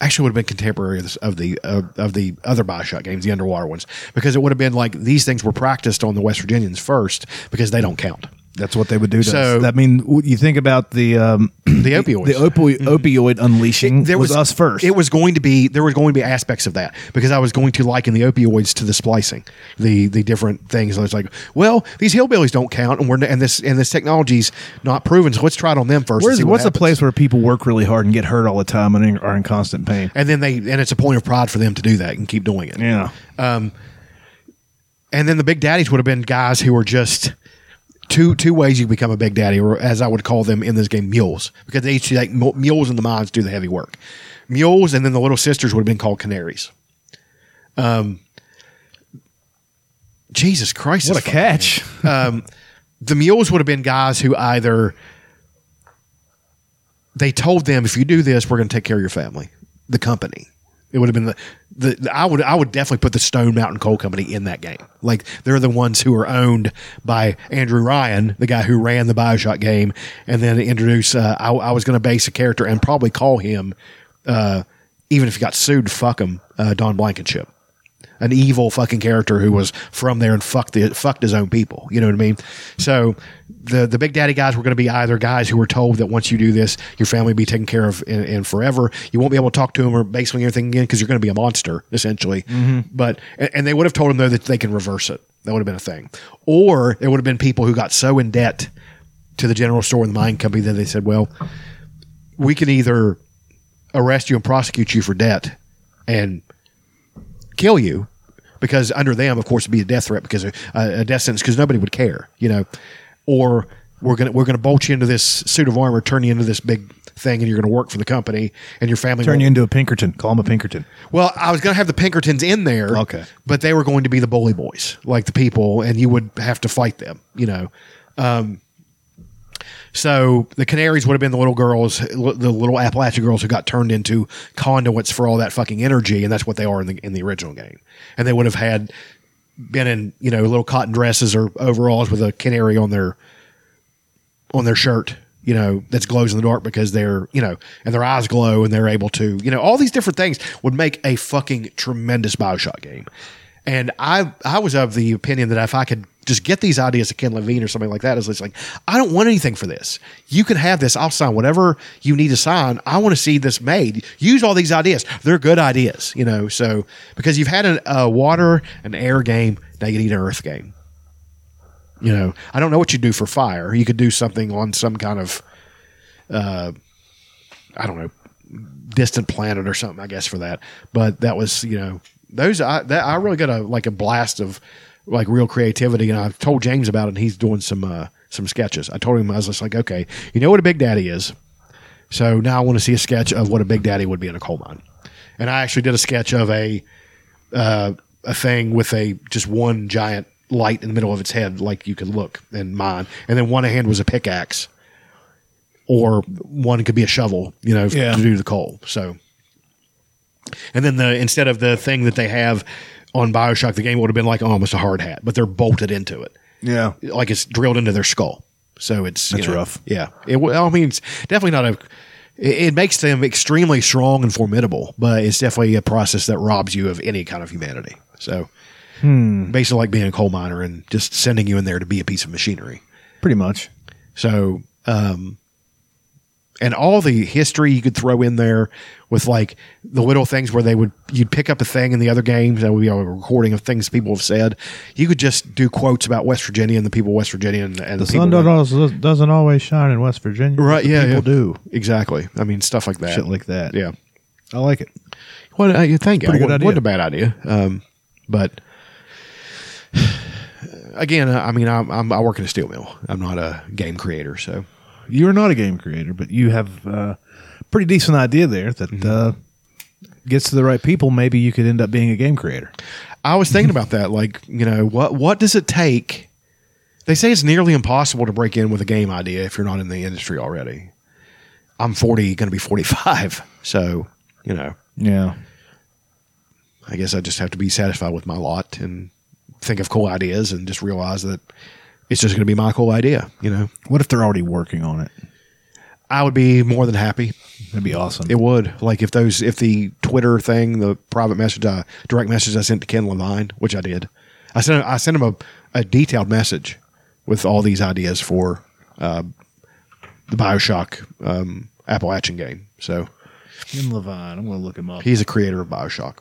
S1: actually would have been contemporary of, this, of the uh, of the other Bioshock games, the underwater ones, because it would have been like these things were practiced on the West Virginians first because they don't count.
S2: That's what they would do. To
S1: So-
S2: us. I mean, w- you think about the um,
S1: The opioids.
S2: the opio- opioid unleashing.
S1: there
S2: was, us first.
S1: It was going to be there was going to be aspects of that because I was going to liken the opioids to the splicing, the the different things. And it's like, well, these hillbillies don't count, and we're and this and this technology's not proven, so let's try it on them first. and
S2: Where's,
S1: see what
S2: what's the
S1: happens.
S2: place where people work really hard and get hurt all the time and are in constant pain?
S1: And then they and it's a point of pride for them to do that and keep doing it.
S2: Yeah,
S1: and then the big daddies would have been guys who were just two two ways you become a big daddy, or as I would call them in this game, mules, because they used to like mu- mules in the mines do the heavy work. Mules, and then the little sisters would have been called canaries. Um, Jesus Christ!
S2: what a
S1: it's fucking-
S2: catch!
S1: the mules would have been guys who either they told them if you do this we're going to take care of your family the company it would have been the, the, the- i would i would definitely put the stone mountain coal company in that game like they're the ones who are owned by andrew ryan the guy who ran the bioshock game and then introduce uh, I, I was going to base a character and probably call him uh, even if he got sued fuck him uh, don blankenship an evil fucking character who was from there and fucked the fucked his own people. You know what I mean? So the the big daddy guys were going to be either guys who were told that once you do this, your family will be taken care of in, in forever. You won't be able to talk to them or basically anything again because you're going to be a monster essentially. But and, and they would have told them though that they can reverse it. That would have been a thing. Or it would have been people who got so in debt to the general store and the mine company that they said, well, we can either arrest you and prosecute you for debt and kill you because under them, of course, it'd be a death threat because a, a death sentence because nobody would care, you know, or we're gonna we're gonna bolt you into this suit of armor, turn you into this big thing, and you're gonna work for the company and your family.
S2: Turn
S1: won't-
S2: you into a Pinkerton. Call him a Pinkerton.
S1: well, I was going to have the Pinkertons in there.
S2: Okay.
S1: But they were going to be the bully boys, like the people, and you would have to fight them, you know. Um, so the Canaries would have been the little girls, l- the little Appalachian girls who got turned into conduits for all that fucking energy, and that's what they are in the in the original game. And they would have had been in you know little cotton dresses or overalls with a canary on their on their shirt, you know, that's glows in the dark because they're, you know, and their eyes glow and they're able to, you know, all these different things would make a fucking tremendous Bioshock game. And I I was of the opinion that if I could just get these ideas to Ken Levine or something like that, is it's like, I don't want anything for this. You can have this. I'll sign whatever you need to sign. I want to see this made. Use all these ideas. They're good ideas, you know. So because you've had an- a water, an air game, now you need an earth game. You know, I don't know what you do for fire. You could do something on some kind of, uh, I don't know, distant planet or something. I guess for that. But that was you know those I that I really got a like a blast of like real creativity, and I told James about it, and he's doing some uh, some sketches. I told him I was just like, okay, you know what a big daddy is. So now I want to see a sketch of what a big daddy would be in a coal mine, and I actually did a sketch of a uh, a thing with a just one giant light in the middle of its head, like you could look in mine, and then one hand was a pickaxe or one could be a shovel, you know, f-
S2: Yeah.
S1: to do the coal. So, and then the instead of the thing that they have on Bioshock, the game would have been like almost a hard hat, but they're bolted into it,
S2: Yeah.
S1: like it's drilled into their skull. So it's you
S2: That's rough.
S1: Yeah, it. w- I mean, it's definitely not a. It it makes them extremely strong and formidable, but it's definitely a process that robs you of any kind of humanity. So, basically, like being a coal miner and just sending you in there to be a piece of machinery.
S3: Pretty much.
S1: So, um, and all the history you could throw in there with like the little things where they would you'd pick up a thing in the other games that would be a recording of things people have said. You could just do quotes about West Virginia and the people of West Virginia and, and the,
S3: The
S1: people
S3: sun don't
S1: that-
S3: always, doesn't always shine in West Virginia.
S1: right. Yeah,
S3: people
S1: yeah.
S3: do
S1: exactly. I mean, stuff like that. uh,
S3: shit like that.
S1: yeah.
S3: I like it.
S1: Well, I think it
S2: Pretty good idea.
S1: wasn't a bad idea. Um, but again, I mean, I'm, I'm I work in a steel mill. I'm not a game creator, so
S2: You're not a game creator, but you have uh, pretty decent idea there that uh, gets to the right people. Maybe you could end up being a game creator.
S1: I was thinking about that. Like, you know, what what does it take? They say it's nearly impossible to break in with a game idea if you're not in the industry already. I'm 40, going to be 45. So, you know,
S3: Yeah.
S1: I guess I just have to be satisfied with my lot and think of cool ideas and just realize that it's just going to be my cool idea. You know,
S2: What if they're already working on it?
S1: I would be more than happy.
S2: That'd be awesome.
S1: It would like if those if the Twitter thing, the private message, I direct message I sent to Ken Levine, which I did. I sent I sent him a, a detailed message with all these ideas for uh, the Bioshock um, Appalachian game. So
S3: Jim Levine. I'm going to look him up.
S1: he's a creator of Bioshock,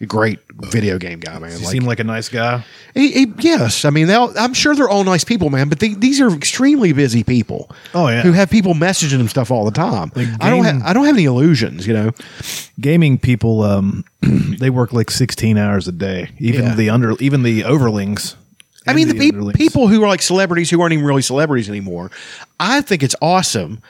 S1: a great video game guy, man.
S2: you
S1: Like-
S2: seem like a nice guy.
S1: he- he- yes, I mean, they all, I'm sure they're all nice people, man. But they, these are extremely busy people.
S2: Oh, yeah.
S1: who have people messaging them stuff all the time. I don't
S2: game-
S1: ha- I don't have any illusions, you know.
S2: Gaming people, um, [CLEARS THROAT] they work like 16 hours a day. Even
S1: Yeah.
S2: the under, even the overlings.
S1: I
S2: and
S1: mean, the, peop-
S2: underlings.
S1: people who are like celebrities who aren't even really celebrities anymore. I think it's awesome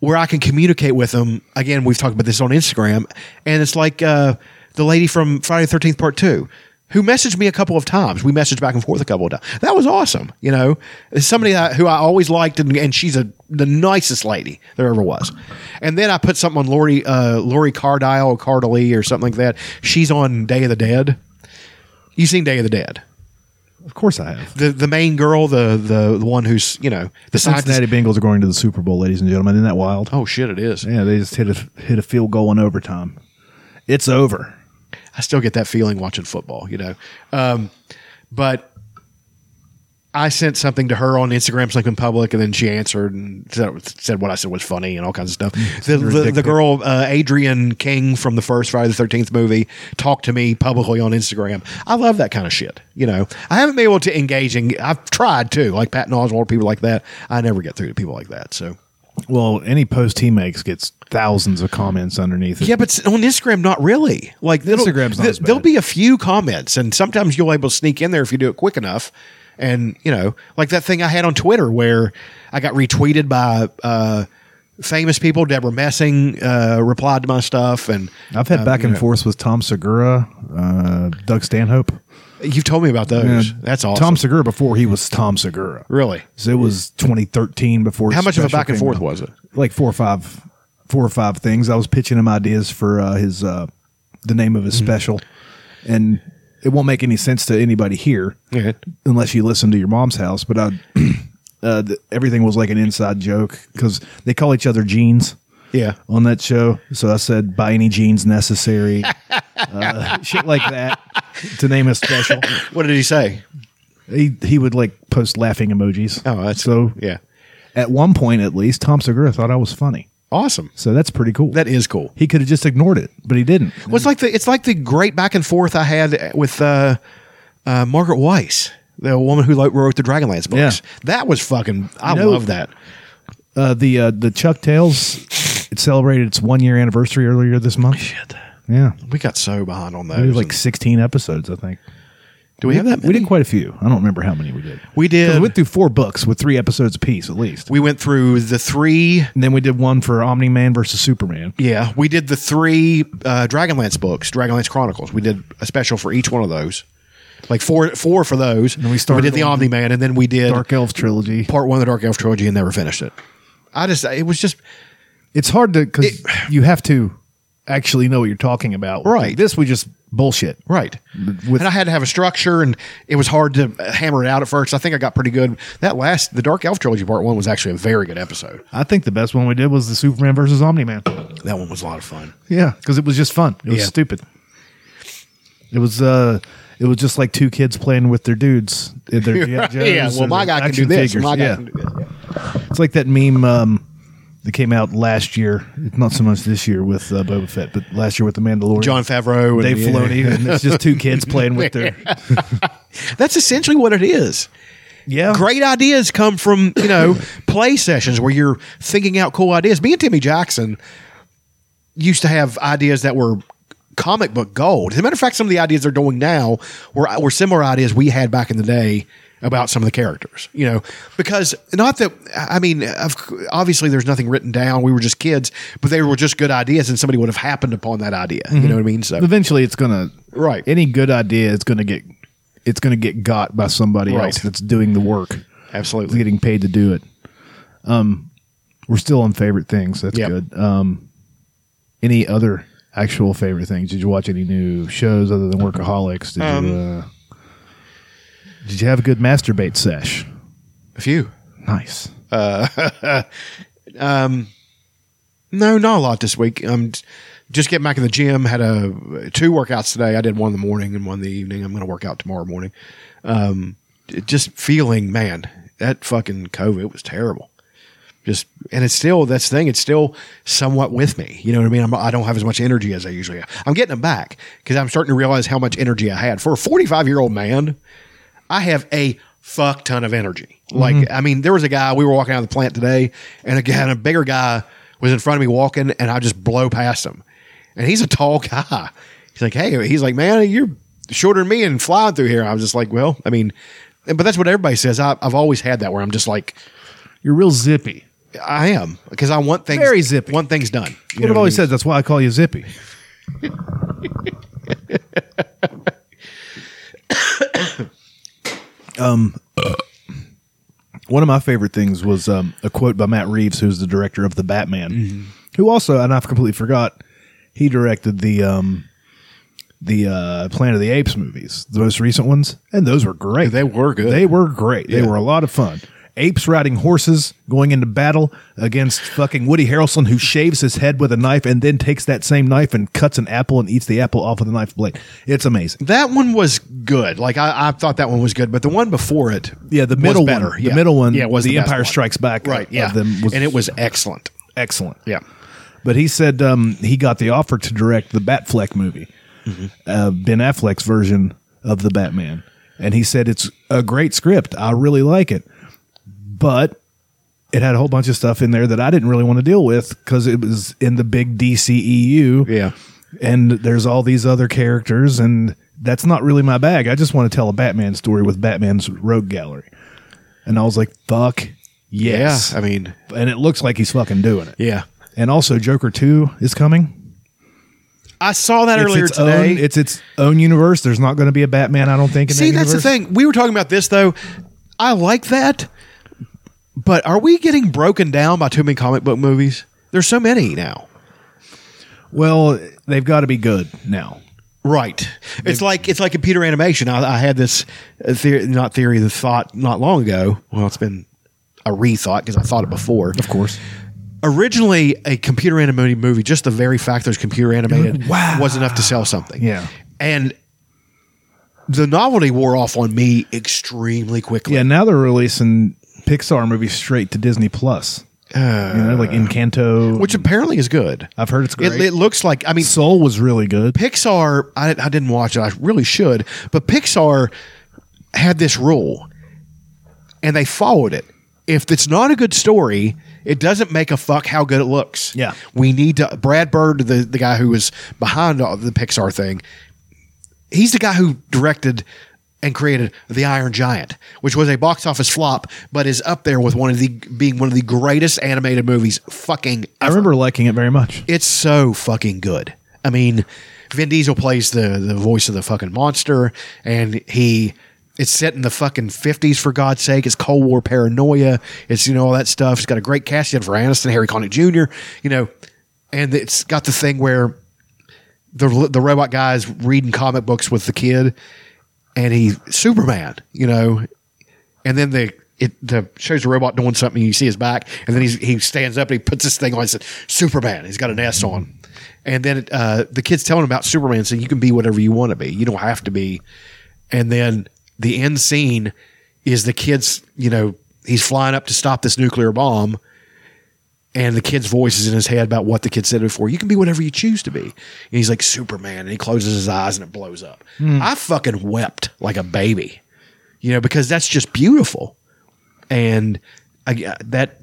S1: where I can communicate with them. Again, we've talked about this on Instagram, and it's like uh, the lady from Friday the 13th Part 2 who messaged me a couple of times. We messaged back and forth a couple of times. That was awesome. You know, it's somebody that, who I always liked, and, and she's a, the nicest lady there ever was. And then I put something on Lori, uh, Lori Cardile or Cardley or something like that. She's on Day of the Dead. You've seen Day of the Dead
S2: Of course, I have.
S1: the the main girl, the the, the one who's you know the scientist.
S2: Cincinnati Bengals are going to the Super Bowl, ladies and gentlemen. Isn't that wild?
S1: Oh shit, it is.
S2: Yeah, they just hit a hit a field goal in overtime. It's over.
S1: I still get that feeling watching football, you know. Um, but I sent something to her on Instagram, something public, and then she answered and said- said what I said was funny and all kinds of
S2: Mm,
S1: stuff. The, the, the girl, uh, Adrian King from the first Friday the 13th movie, talked to me publicly on Instagram. I love that kind of shit, you know. I haven't been able to engage in, I've tried to, like Patton Oswald, people like that. I never get through to people like that, so.
S2: Well, any post he makes gets thousands of comments underneath it.
S1: Yeah, but s- on Instagram, not really. Like it'll-
S2: Instagram's not
S1: th-
S2: as bad.
S1: There'll be a few comments, and sometimes you'll able to sneak in there if you do it quick enough. And you know, like that thing I had on Twitter where I got retweeted by uh, famous people. Deborah Messing uh, replied to my stuff, and
S2: I've had back and forth with Tom Segura, uh, Doug Stanhope.
S1: you've told me about those.
S2: And
S1: That's awesome.
S2: Tom Segura before he was Tom Segura.
S1: really?
S2: So it was 2013 before.
S1: How
S2: his
S1: much of a
S2: special
S1: back and
S2: came
S1: forth
S2: out.
S1: was it?
S2: Like four or five, four or five things. I was pitching him ideas for uh, his uh, the name of his
S1: Mm-hmm.
S2: special, and it won't make any sense to anybody here.
S1: Yeah.
S2: unless you listen to your mom's house. But I, [CLEARS THROAT] uh, th- everything was like an inside joke because they call each other jeans
S1: Yeah.
S2: on that show. So I said, "Buy any
S1: [LAUGHS]
S2: jeans necessary," uh, shit like that, to name a special.
S1: What did he say?
S2: He he would like post laughing emojis.
S1: Oh, that's
S2: so.
S1: Yeah.
S2: At one point, at least, Tom Segura thought I was funny.
S1: Awesome.
S2: So that's pretty cool.
S1: That is cool.
S2: he could have just ignored it, but he didn't.
S1: Well, it's like the it's like the great back and forth I had with uh, uh, Margaret Weiss, the woman who lo- wrote the Dragonlance books.
S2: Yeah.
S1: That was fucking. I
S2: You know-
S1: love that.
S2: Uh, the uh, the Chuck Tales it celebrated its one year anniversary earlier this month. Yeah,
S1: We got so behind on
S2: it
S1: those.
S2: was like
S1: And-
S2: sixteen episodes, I think.
S1: do we have that?
S2: We
S1: many?
S2: did quite a few. I don't remember how many we did.
S1: We
S2: 'Cause
S1: did.
S2: We went through four books with three episodes apiece, at least.
S1: We went through the three.
S2: And then we did one for Omni Man versus Superman.
S1: Yeah, we did the three uh, Dragonlance books, Dragonlance Chronicles. We did a special for each one of those, like four four for those. And
S2: we started
S1: did the
S2: on
S1: Omni Man, and then we did
S2: Dark Elves trilogy.
S1: part one of the Dark Elf trilogy, and never finished it. I just it was just
S3: It's hard to because you have to actually know what you're talking about.
S1: Right.
S3: This we just bullshit.
S1: right.
S3: With-
S1: and I had to have a structure, and it was hard to hammer it out at first. I think I got pretty good. That last, the Dark Elf trilogy part one was actually a very good episode.
S3: I think the best one we did was the Superman versus Omni Man.
S1: That one was a lot of fun.
S3: Yeah, because it was just fun. It was
S1: Yeah.
S3: stupid. It was uh, it was just like two kids playing with their dudes. in
S1: [LAUGHS]
S3: Their G.I. Joes
S1: yeah, well,
S3: and
S1: my guy can do
S3: action
S1: this.
S3: figures.
S1: My guy
S3: Yeah.
S1: can do this. Yeah.
S3: It's like that meme um, that came out last year. Not so much this year with uh, Boba Fett, but last year with the Mandalorian.
S1: John Favreau and
S3: Dave
S1: yeah.
S3: Filoni, and it's just two kids playing with their
S1: [LAUGHS] That's essentially what it is.
S3: yeah.
S1: Great ideas come from you know play sessions where you're thinking out cool ideas. Me and Timmy Jackson used to have ideas that were comic book gold. As a matter of fact, some of the ideas they're doing now were were similar ideas we had back in the day about some of the characters. You know, because not that I mean, of, obviously there's nothing written down. We were just kids, but they were just good ideas, and somebody would have happened upon that idea. You know what I mean? So
S3: Eventually, it's gonna
S1: Right.
S3: Any good idea, it's gonna get it's gonna get got by somebody
S1: Right.
S3: else that's doing the work,
S1: absolutely.
S3: getting paid to do it. Um, we're still on favorite things. That's
S1: Yep.
S3: good. Um, any other actual favorite things? Did you watch any new shows other than Workaholics? Did you uh, Did you have a good masturbate sesh?
S1: A few.
S3: Nice.
S1: No, not a lot this week. Um, just getting back in the gym. Had a two workouts today. I did one in the morning and one in the evening. I'm going to work out tomorrow morning. Um, it- just feeling, man, that fucking COVID was terrible. Just and it's still that's the thing. It's still somewhat with me. You know what I mean? I'm, I don't have as much energy as I usually have. I'm getting it back because I'm starting to realize how much energy I had for a 45 year old man. I have a fuck ton of energy. Like,
S3: Mm-hmm.
S1: I mean, there was a guy, we were walking out of the plant today, and again, a bigger guy was in front of me walking, and I just blow past him. And he's a tall guy. He's like, hey, he's like, man, you're shorter than me and flying through here. I was just like, well, I mean, but that's what everybody says. I, I've always had that where I'm just like,
S3: You're real zippy.
S1: I am because I want things
S3: Very zippy.
S1: Want things done. You
S3: What
S1: know
S3: I've always
S1: I mean?
S3: said. That's why I call you [COUGHS] Zippy. um, one of my favorite things was um, a quote by Matt Reeves, who's the director of the Batman, who also, and I've completely forgot, he directed the um, the uh, Planet of the Apes movies, the most recent ones, and those were great.
S1: They were good.
S3: They were great. They were a lot of fun. Apes riding horses, going into battle against fucking Woody Harrelson, who shaves his head with a knife and then takes that same knife and cuts an apple and eats the apple off with a knife blade. It's amazing.
S1: That one was good. Like I, I thought that one was good, but the one before it,
S3: Yeah, the middle
S1: was better.
S3: one.
S1: Yeah.
S3: The middle one.
S1: yeah, it was
S3: the,
S1: the best
S3: Empire
S1: one.
S3: Strikes Back.
S1: right?
S3: of
S1: Yeah,
S3: them was
S1: and it was excellent.
S3: excellent.
S1: Yeah,
S3: But he said um, he got the offer to direct the Batfleck movie,
S1: Mm-hmm.
S3: uh, Ben Affleck's version of the Batman. And he said it's a great script. I really like it. But it had a whole bunch of stuff in there that I didn't really want to deal with because it was in the big DCEU.
S1: Yeah.
S3: And there's all these other characters, and that's not really my bag. I just want to tell a Batman story with Batman's rogue gallery. And I was like, fuck yes.
S1: Yeah, I mean,
S3: and it looks like he's fucking doing it.
S1: yeah.
S3: And also, Joker Two is coming
S1: I saw that
S3: It's
S1: earlier
S3: its
S1: today.
S3: Own, it's its own universe. There's not going to be a Batman. I don't think. In
S1: See,
S3: that
S1: that's the
S3: universe.
S1: thing. We were talking about this though. I like that, but are we getting broken down by too many comic book movies? There's so many now.
S3: Well, they've got to be good now.
S1: Right. It's like it's like computer animation. I, I had this uh, theory, not theory, the thought not long ago. Well, it's been a rethought because I thought it before. Of
S3: course.
S1: originally a computer animated movie, just the very fact that it was computer animated
S3: Mm-hmm. Wow.
S1: was enough to sell something.
S3: Yeah.
S1: And the novelty wore off on me extremely quickly.
S3: Yeah. Now they're releasing Pixar movies straight to Disney Plus. you know, like Encanto.
S1: Which apparently is good.
S3: I've heard it's
S1: Uh. It,
S3: great.
S1: it looks like I mean
S3: Soul was really good.
S1: Pixar, I, I didn't watch it. I really should, but Pixar had this rule, and they followed it. If it's not a good story, it doesn't make a fuck how good it looks.
S3: Yeah.
S1: we need to. Brad Bird, the the guy who was behind all the Pixar thing, he's the guy who directed and created The Iron Giant, which was a box office flop, but is up there with one of the being one of the greatest animated movies fucking
S3: I remember liking it very much.
S1: it's so fucking good. I mean, Vin Diesel plays the the voice of the fucking monster, and he It's set in the fucking fifties for God's sake. It's Cold War paranoia. It's you know all that stuff. It's got a great cast. Jennifer Aniston, Harry Connick Jr. You know, and it's got the thing where the the robot guy's reading comic books with the kid, and he's Superman. You know, and then the it the shows the robot doing something. You see his back, and then he's, he stands up and he puts this thing on. and says Superman. He's got an S on, and then uh, the kid's telling him about Superman, saying you can be whatever you want to be. You don't have to be. And then the end scene is the kid's. You know, he's flying up to stop this nuclear bomb. And the kid's voice is in his head about what the kid said before. You can be whatever you choose to be. And he's like Superman, and he closes his eyes and it blows up. I fucking wept like a baby you know, because that's just beautiful. And I, uh, that,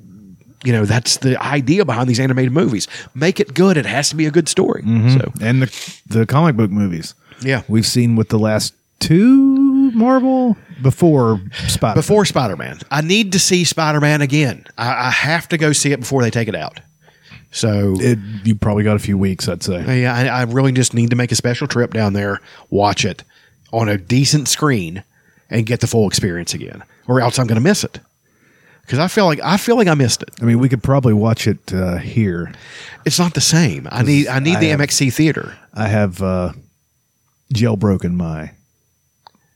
S1: you know, that's the idea behind these animated movies. Make it good. It has to be a good story. So,
S3: and the the comic book movies.
S1: Yeah.
S3: we've seen with the last two Marvel before Spider.
S1: before Spider Man, I need to see Spider Man again. I, I have to go see it before they take it out. So,
S3: it, you probably got a few weeks, I'd say.
S1: yeah, I, I really just need to make a special trip down there, watch it on a decent screen, and get the full experience again, or else I'm going to miss it. Because I feel like I feel like I missed it.
S3: I mean, we could probably watch it uh, here.
S1: It's not the same. I need I need
S3: I uh,
S1: the
S3: have-
S1: MXC theater.
S3: I have uh, jailbroken my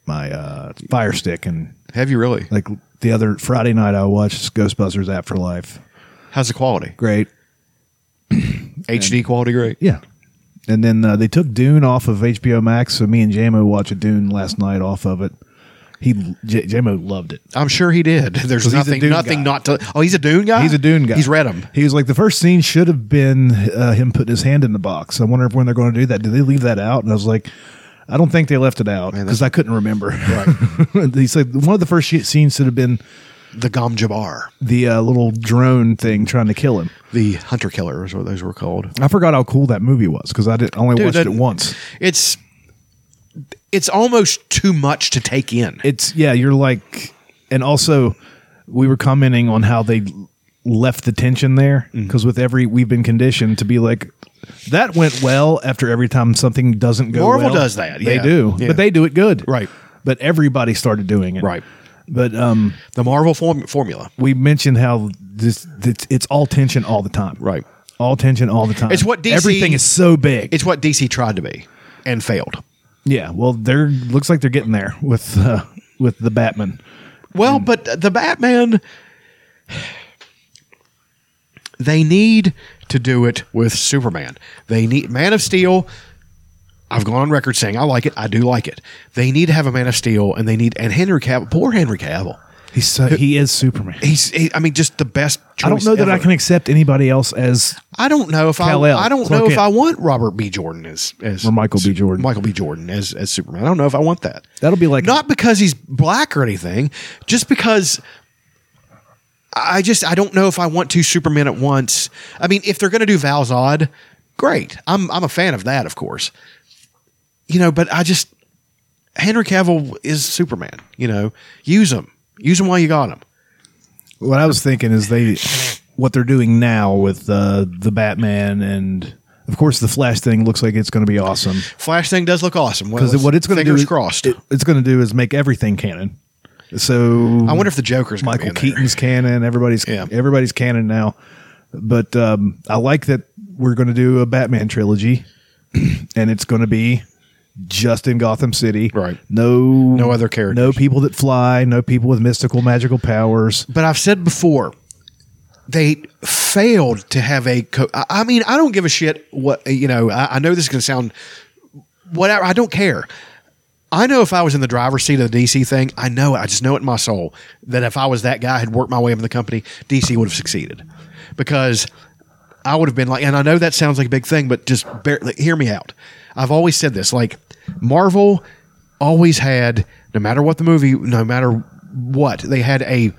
S3: my uh, fire stick, and
S1: Have you really?
S3: like the other Friday night, I watched Ghostbusters Afterlife.
S1: How's the quality? [CLEARS THROAT]
S3: Great,
S1: HD quality, great.
S3: yeah. And then uh, they took Dune off of HBO Max, so me and JMO watched Dune last night off of it. He J- JMO loved it.
S1: I'm sure he did. [LAUGHS] There's
S3: he's a
S1: nothing,
S3: Dune
S1: nothing
S3: guy.
S1: not to. Oh, he's a Dune guy.
S3: He's a Dune guy.
S1: He's read them.
S3: He was like, the first scene should have been uh, him putting his hand in the box. I wonder if when they're going to do that. Did they leave that out? And I was like, I don't think they left it out because I couldn't remember. [LAUGHS] he said one of the first sh- scenes should have been
S1: The Gom Jabbar,
S3: the uh, little drone thing trying to kill him.
S1: the Hunter Killer is what those were called.
S3: I forgot how cool that movie was because I did, only
S1: Dude,
S3: watched
S1: that-
S3: it once.
S1: It's it's almost too much to take in.
S3: It's yeah, you're like, and also we were commenting on how they left the tension there
S1: Mm-hmm.
S3: because with every we've been conditioned to be like that went well after every time something doesn't go
S1: Marvel
S3: well.
S1: does that,
S3: they
S1: yeah.
S3: do
S1: Yeah.
S3: but they do it good
S1: Right.
S3: but everybody started doing it
S1: Right.
S3: but um
S1: the Marvel form- formula.
S3: we mentioned how this, this it's all tension all the time
S1: Right.
S3: all tension all the time
S1: It's what DC
S3: everything is so big
S1: It's what DC tried to be and failed.
S3: yeah well they're looks like they're getting there with uh with the batman
S1: Well, but the Batman, they need to do it with Superman. They need Man of Steel. I've gone on record saying I like it. I do like it. They need to have a Man of Steel, and they need and Henry Cavill. Poor Henry Cavill.
S3: he's so he is superman
S1: He's, he, I mean, just the best.
S3: I don't
S1: choice
S3: know that I
S1: ever.
S3: can accept anybody else as
S1: I don't know if I.
S3: Kal-El,
S1: I don't
S3: Clark
S1: know if
S3: Kent.
S1: I want Robert B. Jordan as as
S3: Or Michael B. Jordan.
S1: Michael B. Jordan as as Superman. I don't know if I want that.
S3: That'll be like-
S1: not because he's black or anything, just because. I just I don't know if I want two Supermen at once. I mean, if they're going to do Val Zod, great. I'm I'm a fan of that, of course. You know, but I just Henry Cavill is Superman. You know, use him, use him while you got him.
S3: what I was thinking is they what they're doing now with uh, the Batman and of course the Flash thing looks like it's going to be awesome
S1: Flash thing does look awesome. Well,
S3: because what it's going to do
S1: fingers
S3: is-
S1: crossed.
S3: it- it's going to do is make everything canon. So
S1: I wonder if the Joker's gonna be
S3: Michael
S1: in there.
S3: Keaton's canon. Everybody's
S1: Yeah.
S3: everybody's canon now. But um, I like that we're going to do a Batman trilogy, [CLEARS THROAT] and it's going to be just in Gotham City.
S1: Right.
S3: No,
S1: No other characters.
S3: No people that fly. No people with mystical magical powers.
S1: but I've said before, they failed to have a. Co- I I mean, I don't give a shit what you know. I, I know this is going to sound whatever. I don't care. I know if I was in the driver's seat of the DC thing, I know it. I just know it in my soul that if I was that guy, had worked my way up in the company, DC would have succeeded because I would have been like, and I know that sounds like a big thing, but just bear, like, hear me out. I've always said this, like Marvel always had, no matter what the movie, no matter what, they had a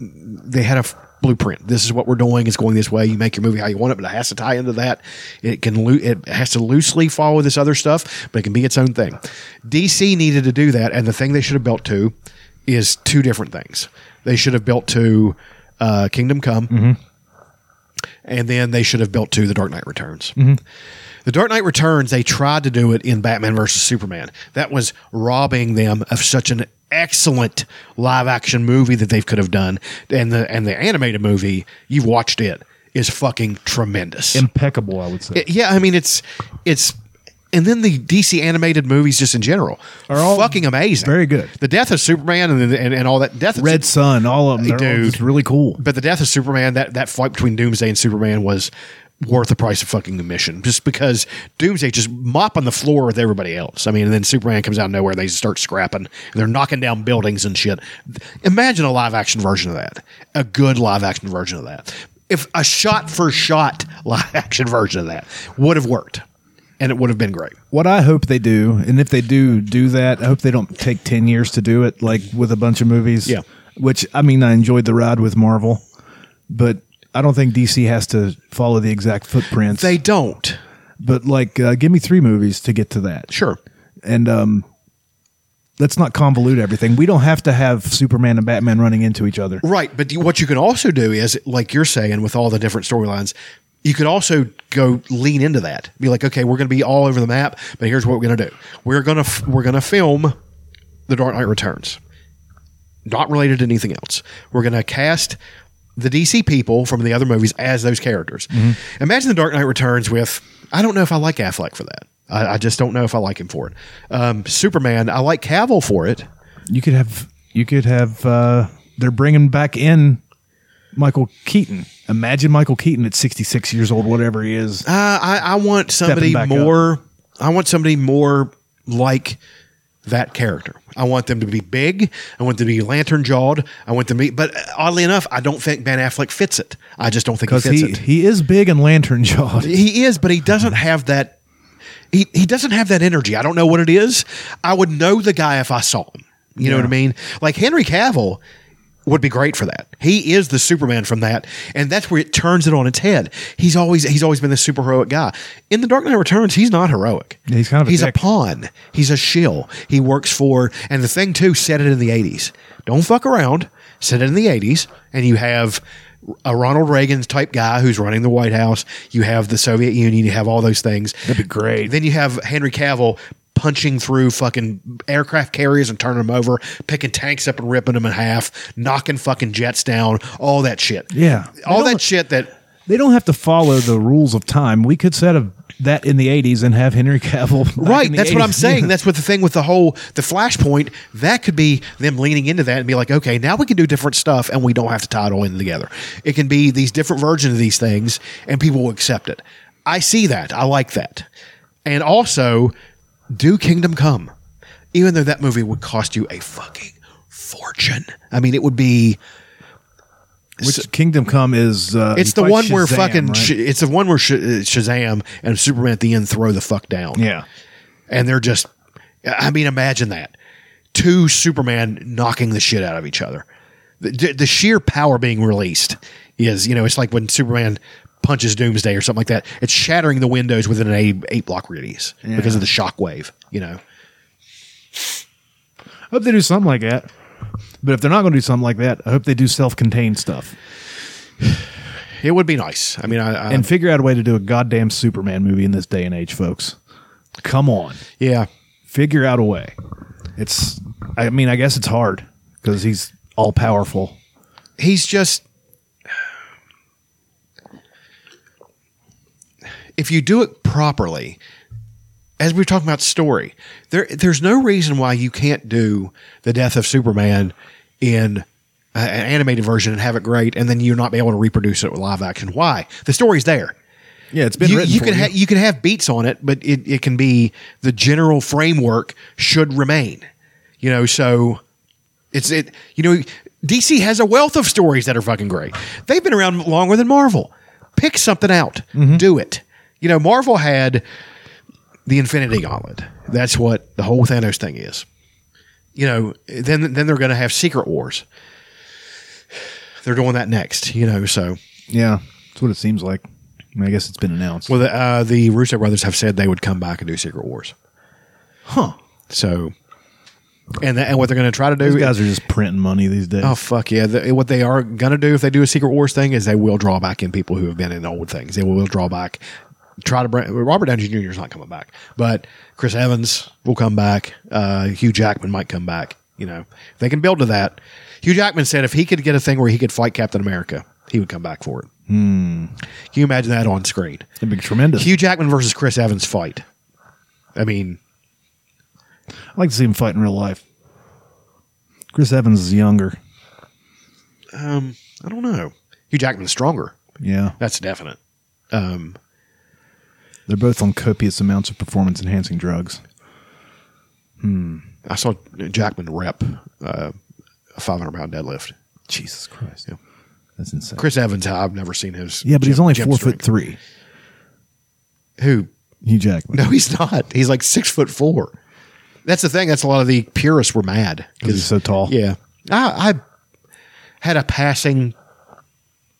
S1: they had a f- blueprint. This is what we're doing. It's going this way. You make your movie how you want it, but it has to tie into that. It can loo- it has to loosely follow this other stuff, but it can be its own thing. DC needed to do that, and the thing they should have built to is two different things. They should have built to uh, Kingdom Come, and then they should have built to The Dark Knight Returns.
S3: Mm-hmm.
S1: The Dark Knight Returns, they tried to do it in Batman versus Superman. That was robbing them of such an excellent live action movie that they could have done, and the and the animated movie you've watched it is fucking tremendous.
S3: impeccable. I would say.
S1: yeah, I mean it's it's. And then the DC animated movies, just in general, are
S3: all
S1: fucking amazing.
S3: very good.
S1: The death of Superman and and, and all that death of
S3: Red Sun, all of them, they're all
S1: Dude.
S3: just really cool.
S1: but the death of Superman, that that fight between Doomsday and Superman was worth the price of fucking admission, just because Doomsday just mop on the floor with everybody else. I mean, and then Superman comes out of nowhere, they just start scrapping, they're knocking down buildings and shit. Imagine a live action version of that, a good live action version of that. If a shot for shot [LAUGHS] live action version of that would have worked, and it would have been great.
S3: What I hope they do, and if they do do that, I hope they don't take ten years to do it, like with a bunch of movies.
S1: Yeah.
S3: Which I mean, I enjoyed the ride with Marvel, but I don't think DC has to follow the exact footprints.
S1: They don't.
S3: but like, uh, give me three movies to get to that.
S1: Sure.
S3: and um, let's not convolute everything. We don't have to have Superman and Batman running into each other.
S1: Right, but you- what you can also do is, like you're saying, with all the different storylines, you could also go lean into that. Be like, okay, we're going to be all over the map, but here's what we're going to do: we're going to f- we're going to film the Dark Knight Returns, not related to anything else. We're going to cast the DC people from the other movies as those characters. Imagine the Dark Knight Returns with I don't know if I like Affleck for that. I, I just don't know if I like him for it. Um, Superman, I like Cavill for it.
S3: You could have you could have uh, they're bringing back in Michael Keaton. Imagine Michael Keaton at 66 years old, whatever he is.
S1: Uh, I, I want somebody
S3: back
S1: more. I want somebody more like that character. I want them to be big. I want them to be lantern jawed. I want them to be. But oddly enough, I don't think Ben Affleck fits it. I just don't think he
S3: Because
S1: fits
S3: he,
S1: it.
S3: he is big and lantern jawed.
S1: He is, but he doesn't have that. He he doesn't have that energy. I don't know what it is. I would know the guy if I saw him. You know what I mean? Like Henry Cavill would be great for that. He is the Superman from that, and that's where it turns it on its head. He's always he's always been this super heroic guy. In The Dark Knight Returns, he's not heroic.
S3: Yeah, he's kind of a
S1: he's a
S3: dick.
S1: pawn. He's a shill. He works for and the thing too said it in the 80s. Don't fuck around. Said it in the 80s and you have a Ronald Reagan type guy who's running the White House. You have the Soviet Union. You have all those things. That'd be great. Then you have Henry Cavill punching through fucking aircraft carriers and turning them over, picking tanks up and ripping them in half, knocking fucking jets down, all that shit.
S3: Yeah.
S1: All
S3: They don't-
S1: that shit that
S3: They don't have to follow the rules of time. We could set a, that in the 80s and have Henry Cavill. back in
S1: Right,
S3: the
S1: that's what I'm
S3: 80s.
S1: saying.
S3: [LAUGHS] Yeah.
S1: That's what the thing with the whole the flashpoint that could be them leaning into that and be like, okay, now we can do different stuff and we don't have to tie it all in together. It can be these different versions of these things and people will accept it. I see that. I like that. And also, do Kingdom Come, even though that movie would cost you a fucking fortune. I mean, it would be
S3: Which Kingdom Come is. Uh,
S1: it's the
S3: he fights
S1: one where
S3: Shazam,
S1: fucking
S3: right?
S1: sh- it's the one where sh- uh, Shazam and Superman at the end throw the fuck down.
S3: yeah.
S1: and they're just i mean imagine that two superman knocking the shit out of each other the, the- the sheer power being released is you know it's like when superman punches doomsday or something like that it's shattering the windows within an eight, eight block radius because of the shock wave you know
S3: I hope they do something like that. But if they're not going to do something like that, I hope they do self-contained stuff
S1: it would be nice i mean i, I
S3: and figure out a way to do a goddamn Superman movie in this day and age, folks. Come on,
S1: yeah
S3: figure out a way. It's, I mean, I guess it's hard because he's all powerful.
S1: he's just if you do it properly as we were talking about story there there's no reason why you can't do the death of superman in a- an animated version and have it great and then you not be able to reproduce it with live action why the story's there
S3: Yeah, it's
S1: you, you can ha- you can have beats on it, but it, it can be the general framework should remain. You know, so it's it. You know, DC has a wealth of stories that are fucking great. They've been around longer than Marvel. Pick something out, do it. You know, Marvel had the Infinity Gauntlet. That's what the whole Thanos thing is. You know, then then they're going to have Secret Wars. They're doing that next. You know, so.
S3: yeah, that's what it seems like. I, mean, I guess it's been announced.
S1: Well, the, uh, the Russo brothers have said they would come back and do Secret Wars. Huh. So, and and what they're going to try to do?
S3: These guys are just printing money these days.
S1: oh fuck yeah! The- what they are going to do if they do a Secret Wars thing is they will draw back in people who have been in old things. They will draw back. Try to bring Robert Downey Jr. is not coming back, but Chris Evans will come back. Uh, Hugh Jackman might come back. You know, if they can build to that. Hugh Jackman said if he could get a thing where he could fight Captain America, he would come back for it.
S3: Hmm.
S1: Can you imagine that on screen?
S3: It'd be tremendous.
S1: Hugh Jackman versus Chris Evans fight. I mean,
S3: I'd like to see him fight in real life. Chris Evans is younger.
S1: I don't know. Hugh Jackman's stronger.
S3: Yeah.
S1: That's definite. Um,
S3: They're both on copious amounts of performance enhancing drugs.
S1: I saw Jackman rep uh, a 500 pound deadlift.
S3: Jesus Christ. That's insane.
S1: Chris Evans, I've never seen his.
S3: yeah, but he's
S1: gym-
S3: only
S1: gym
S3: four foot
S1: strength.
S3: three.
S1: Who?
S3: Hugh Jackman.
S1: No, he's not. He's like six foot four. That's the thing. That's a lot of the purists were mad
S3: 'Cause he's so tall.
S1: Yeah, I, I had a passing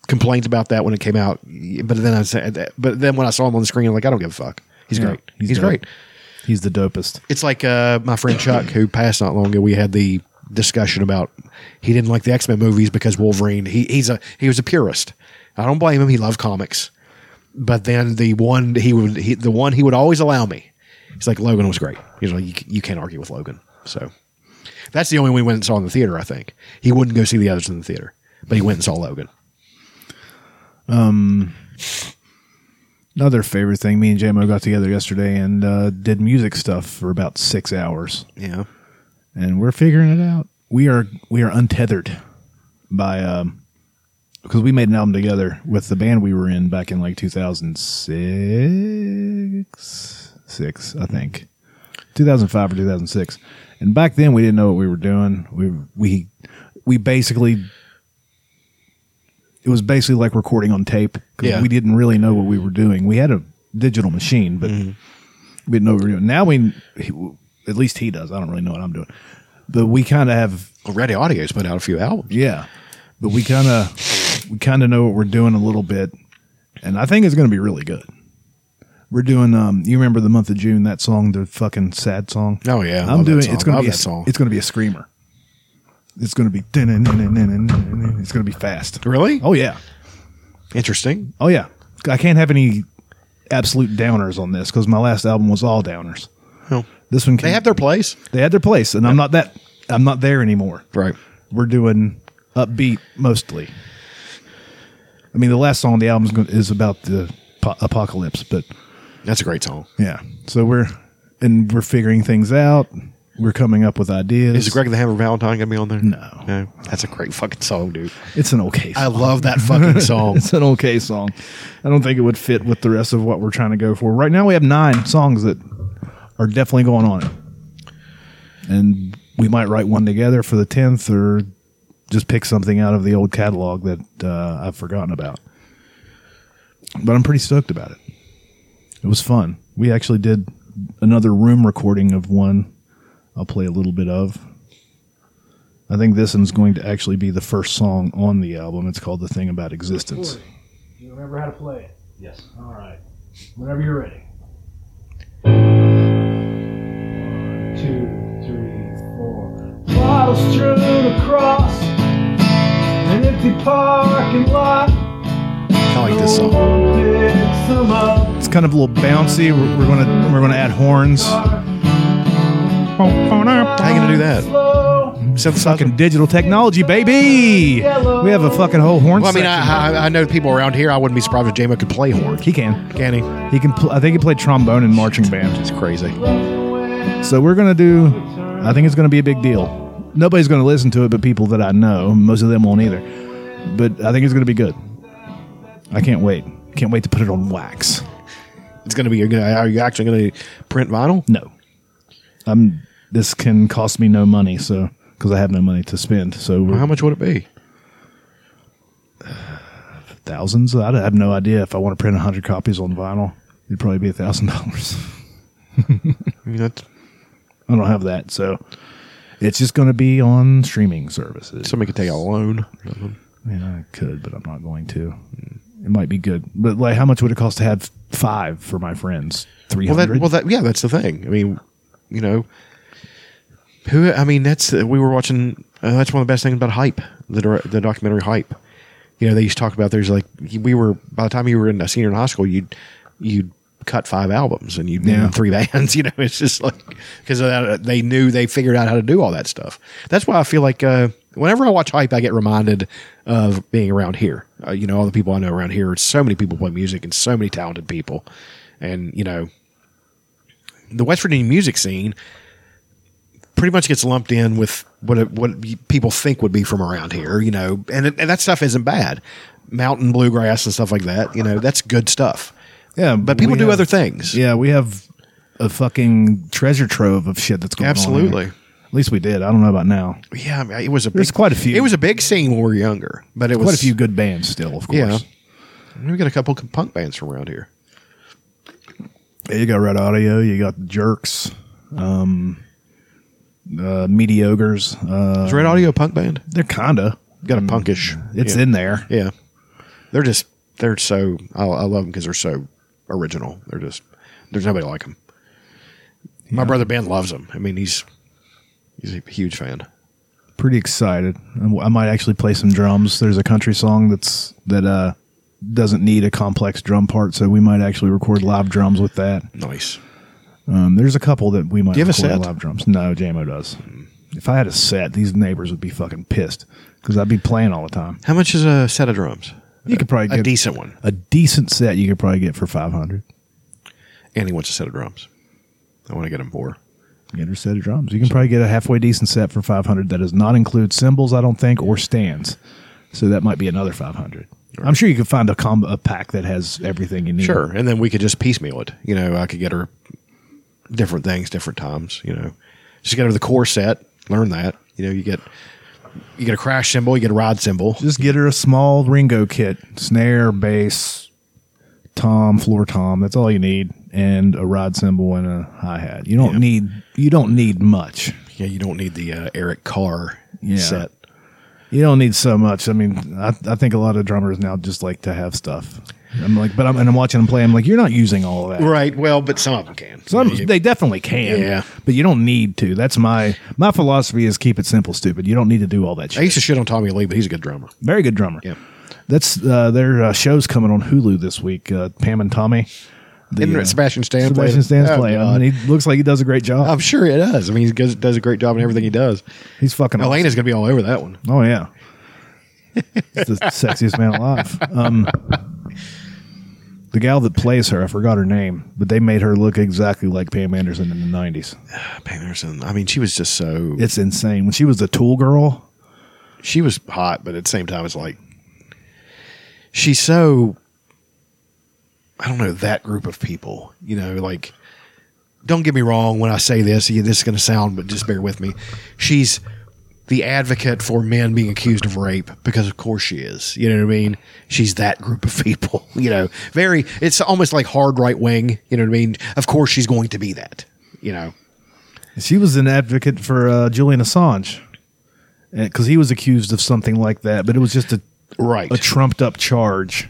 S1: complaint about that when it came out, but then I said, but then when I saw him on the screen, I'm like, I don't give a fuck. He's
S3: Yeah,
S1: great.
S3: he's
S1: He's,
S3: dope.
S1: great.
S3: He's the dopest.
S1: It's like uh, my friend Chuck, who passed not long ago. We had the discussion about he didn't like the X Men movies because Wolverine. He he's a he was a purist. I don't blame him. He loved comics, but then the one he would he, the one he would always allow me. He's like Logan was great. He's like you, c- you can't argue with Logan. So that's the only one we went and saw in the theater. I think he wouldn't go see the others in the theater, but he went and saw Logan.
S3: Another favorite thing, me and JMO got together yesterday and uh, did music stuff for about six hours.
S1: Yeah,
S3: and we're figuring it out. We are we are untethered by um because we made an album together with the band we were in back in like 2006 six I think 2005 or 2006 and back then we didn't know what we were doing we we we basically it was basically like recording on tape 'cause
S1: Yeah.
S3: we didn't really know what we were doing we had a digital machine but we didn't know what we were doing now we he, at least he does I don't really know what I'm doing but we kind of have
S1: well, Ready Audio's put out a few albums.
S3: yeah, but we kind of we kind of know what we're doing a little bit, and I think it's going to be really good. We're doing. Um, you remember the month of June that song, the fucking sad song.
S1: Oh, yeah, I
S3: I'm
S1: love that
S3: doing.
S1: song.
S3: It's going
S1: Love
S3: to be a
S1: that song.
S3: song. It's going to be a screamer. It's going to be. It's going to be fast.
S1: Really?
S3: Oh yeah.
S1: Interesting.
S3: Oh yeah. I can't have any absolute downers on this because my last album was all downers.
S1: Well,
S3: This one
S1: Oh.
S3: came,
S1: they have their place,
S3: they had their place, and I'm not that. I'm not there anymore
S1: right?
S3: we're doing upbeat mostly. I mean, the last song on the album is, gonna, is about the po- apocalypse, but
S1: That's a great song.
S3: yeah. So we're and we're figuring things out. We're coming up with ideas.
S1: Is Greg the Hammer Valentine gonna be on there?
S3: No.
S1: no. That's a great fucking song, dude.
S3: It's an okay.
S1: I
S3: Song.
S1: love that fucking
S3: [LAUGHS]
S1: song.
S3: It's an okay song. I don't think it would fit with the rest of what we're trying to go for. Right now, we have nine songs that are definitely going on it, and we might write one together for the tenth, or just pick something out of the old catalog that uh, I've forgotten about. But I'm pretty stoked about it. It was fun. We actually did another room recording of one. I'll play a little bit of. I think this one's going to actually be the first song on the album. It's called "The Thing About Existence."
S4: You remember how to play it? Yes. All right. Whenever you're ready. One, two, three, four. Bottles strewn across an empty parking lot.
S1: [LAUGHS] I like this song.
S4: Pick some up.
S3: It's kind of a little bouncy. We're, we're gonna we're gonna add horns.
S1: How you gonna do that?
S4: Slow.
S3: Fucking digital technology, baby. We have a fucking whole horn.
S1: Well, I mean,
S3: section.
S1: I, I, I know people around here. I wouldn't be surprised if Jamo could play horn.
S3: he can.
S1: Can he?
S3: He can. Pl- I think he played trombone and marching band.
S1: It's crazy.
S3: So we're gonna do. I think it's gonna be a big deal. Nobody's gonna listen to it, but people that I know. Most of them won't either. But I think it's gonna be good. I can't wait. Can't wait to put it on wax.
S1: It's gonna be. You're gonna, are you actually gonna print vinyl?
S3: No. I'm this can cost me no money, so because I have no money to spend. So
S1: How
S3: we're
S1: much would it be?
S3: thousands. I have no idea if I want to print hundred copies on vinyl. It'd probably be a thousand dollars. [LAUGHS]
S1: I mean, that's,
S3: I don't have that, so it's just going to be on streaming services.
S1: somebody could take a loan.
S3: Yeah, I could, but I'm not going to. It might be good, but like, how much would it cost to have five for my friends? Three
S1: Well, that.
S3: hundred.
S1: Well, that. Yeah, that's the thing. I mean, you know, who? I mean, that's we were watching. Uh, that's one of the best things about hype. The dir- the documentary hype. You know, they used to talk about there's like we were by the time you were in a senior in high school, you'd you'd cut five albums and you yeah. three [LAUGHS] bands. You know, it's just like because they knew they figured out how to do all that stuff. That's why I feel like uh, whenever I watch hype, I get reminded of being around here. Uh, you know, all the people I know around here. So many people play music and so many talented people, and you know, the West Virginia music scene pretty much gets lumped in with what it, what people think would be from around here. You know, and, it, and that stuff isn't bad. Mountain bluegrass and stuff like that. You know, that's good stuff.
S3: Yeah,
S1: but people
S3: we
S1: do
S3: have-
S1: other things.
S3: Yeah, we have a fucking treasure trove of shit that's going on.
S1: Absolutely.
S3: here. At least we did. I don't know about now.
S1: Yeah, I mean, it was a.
S3: There's
S1: big,
S3: quite a few.
S1: It was a big scene when we were younger, but it was
S3: Quite a few good bands still, of course.
S1: Yeah, we got a couple punk bands from around here.
S3: Yeah, You got Red Audio. You got the Jerks. Um, uh, mediocres. Uh,
S1: Is Red Audio a punk band?
S3: they're kinda.
S1: Got a punkish.
S3: mm, It's
S1: yeah.
S3: in there.
S1: Yeah, they're just they're so I, I love them because they're so original. They're just there's nobody like them. My brother Ben loves them. I mean, he's he's a huge fan.
S3: Pretty excited. I'm- I might actually play some drums. There's a country song that's that uh doesn't need a complex drum part, so we might actually record live drums with that.
S1: Nice.
S3: Um, there's a couple that we might
S1: Do you have a
S3: record
S1: set?
S3: live drums. No, Jamo does. If I had a set, these neighbors would be fucking pissed because I'd be playing all the time.
S1: How much is a set of drums?
S3: You could probably
S1: A
S3: get
S1: decent one.
S3: a decent set. You could probably get for five hundred.
S1: And he wants a set of drums. I want to get him four.
S3: Get her set of drums. You can probably get a halfway decent set for five hundred. That does not include cymbals, I don't think, or stands. So that might be another five hundred. I'm sure you could find a com- a pack that has everything you need.
S1: Sure, and then we could just piecemeal it. You know, I could get her different things, different times. You know, just get her the core set, learn that. You know, you get you get a crash cymbal, you get a rod cymbal.
S3: Just get her a small Ringo kit, snare, bass, tom, floor tom. That's all you need, and a rod cymbal and a hi hat. You don't need you don't need much.
S1: Yeah, you don't need the uh, Eric Carr
S3: Yeah.
S1: set.
S3: You don't need so much. I mean, I, I think a lot of drummers now just like to have stuff. I'm like, but I'm and I'm watching them play. I'm like, you're not using all of that.
S1: Right. Well, but some of them can.
S3: Some they definitely can.
S1: Yeah.
S3: But you don't need to. That's my my philosophy is keep it simple, stupid. You don't need to do all that
S1: I
S3: shit.
S1: used to shit on Tommy Lee, but he's a good drummer.
S3: Very good drummer.
S1: Yep.
S3: That's uh, their uh, show's coming on Hulu this week. Uh, Pam and Tommy. The,
S1: Isn't it
S3: uh,
S1: Sebastian Stan
S3: Sebastian
S1: played-
S3: Stan's
S1: Oh,
S3: playing,
S1: God.
S3: and he looks like he does a great job.
S1: I'm sure he does. I mean, he goes, does a great job in everything he does.
S3: He's fucking awesome.
S1: Elena's going to be all over that one.
S3: Oh yeah, He's
S1: [LAUGHS]
S3: the sexiest man alive. Um, the gal that plays her, I forgot her name, but they made her look exactly like Pam Anderson in the '90s.
S1: Pam Anderson. I mean, she was just so.
S3: It's insane. When she was the Tool girl,
S1: she was hot, but at the same time, it's like she's so I don't know that group of people. You know, like don't get me wrong when I say this. yeah, This is going to sound, but just bear with me. She's the advocate for men being accused of rape because, of course, she is. You know what I mean? She's that group of [LAUGHS] people. You know, very. It's almost like hard right wing. You know what I mean? Of course, she's going to be that. You know,
S3: She was an advocate for uh, Julian Assange because he was accused of something like that, but it was just a
S1: right?
S3: a trumped up charge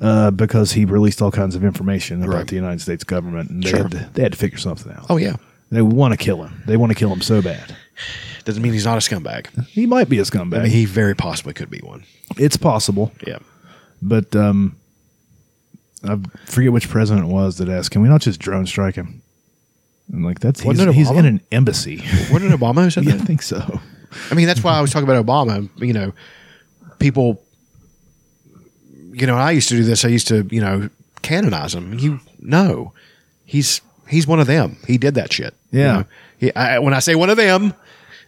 S3: uh, because he released all kinds of information about
S1: Right.
S3: the United States government, and they,
S1: Sure.
S3: had to, they had to figure something out.
S1: oh yeah.
S3: They want to kill him. They want to kill him so bad.
S1: Doesn't mean he's not a scumbag.
S3: He might be a
S1: I
S3: scumbag.
S1: mean, he very possibly could be one.
S3: it's possible,
S1: Yeah.
S3: but um, I forget which president it was that asked, "Can we not just drone strike him?" And like that's he's,
S1: Wasn't it
S3: he's
S1: Obama?
S3: in an
S1: [LAUGHS]
S3: embassy.
S1: Wasn't it Obama who said
S3: yeah, I
S1: that?
S3: think so.
S1: [LAUGHS] I mean, that's why I was talking about Obama. You know, people, you know, I used to do this. I used to, you know, canonize him. You know, he's he's one of them. He did that shit.
S3: Yeah.
S1: You know? He- I, when I say one of them,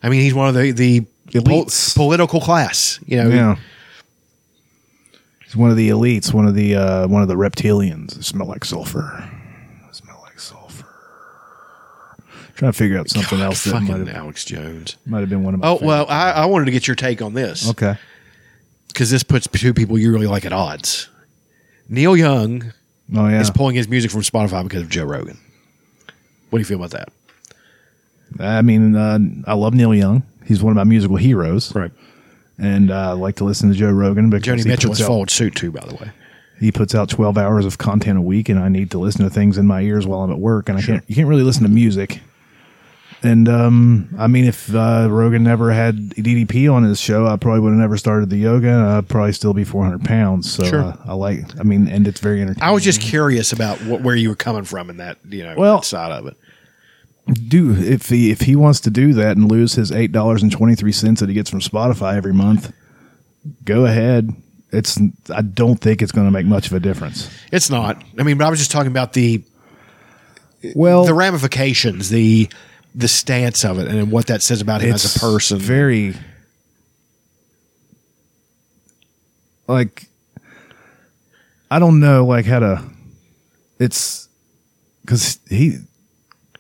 S1: I mean he's one of the the pol-
S3: Elites.
S1: political class. You know,
S3: Yeah. He's one of the elites, one of the uh, one of the reptilians. smell like sulfur. smell like sulfur. trying to figure out something
S1: God,
S3: else that might
S1: fucking
S3: have,
S1: Alex Jones.
S3: might have been one of my
S1: Oh
S3: favorites.
S1: well, I, I wanted to get your take on this.
S3: Okay.
S1: because this puts two people you really like at odds. Neil Young
S3: Oh yeah.
S1: is pulling his music from Spotify because of Joe Rogan. What do you feel about that?
S3: I mean, uh, I love Neil Young. He's one of my musical heroes. And uh, I like to listen to Joe Rogan because
S1: Joni
S3: he
S1: Mitchell's
S3: puts out-
S1: followed suit too, by the way.
S3: he puts out 12 hours of content a week and i need to listen to things in my ears while i'm at work and i can't you can't really listen to music And um, I mean, if uh, Rogan never had DDP on his show, I probably would have never started the yoga. and I'd probably still be 400 pounds. So
S1: Sure.
S3: uh, I like. I mean, and it's very entertaining.
S1: I was just curious about what, where you were coming from in that, you know,
S3: Well-
S1: side of it.
S3: do if he if he wants to do that and lose his eight dollars and twenty three cents that he gets from Spotify every month, go ahead. It's I don't think it's going to make much of a difference.
S1: It's not. I mean, but I was just talking about the
S3: Well,
S1: the ramifications, the the stance of it, and what that says about him as a person.
S3: very like I don't know like how to. It's because he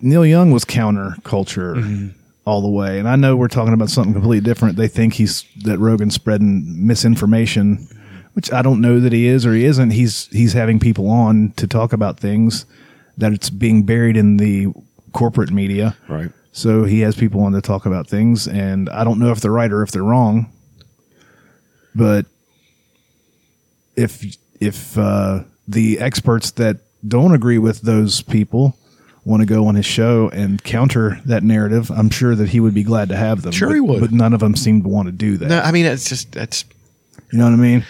S3: Neil Young was counter culture
S1: Mm-hmm.
S3: all the way, and I know we're talking about something completely different. They think he's that Rogan's spreading misinformation, which I don't know that he is or he isn't. He's he's having people on to talk about things that it's being buried in the corporate media,
S1: Right.
S3: So he has people on to talk about things, and I don't know if they're right or if they're wrong, but if if uh, the experts that don't agree with those people want to go on his show and counter that narrative, I'm sure that he would be glad to have them.
S1: Sure
S3: but,
S1: he would.
S3: But none of them seem to want to do that.
S1: no, I mean, it's just that's
S3: You know what I mean?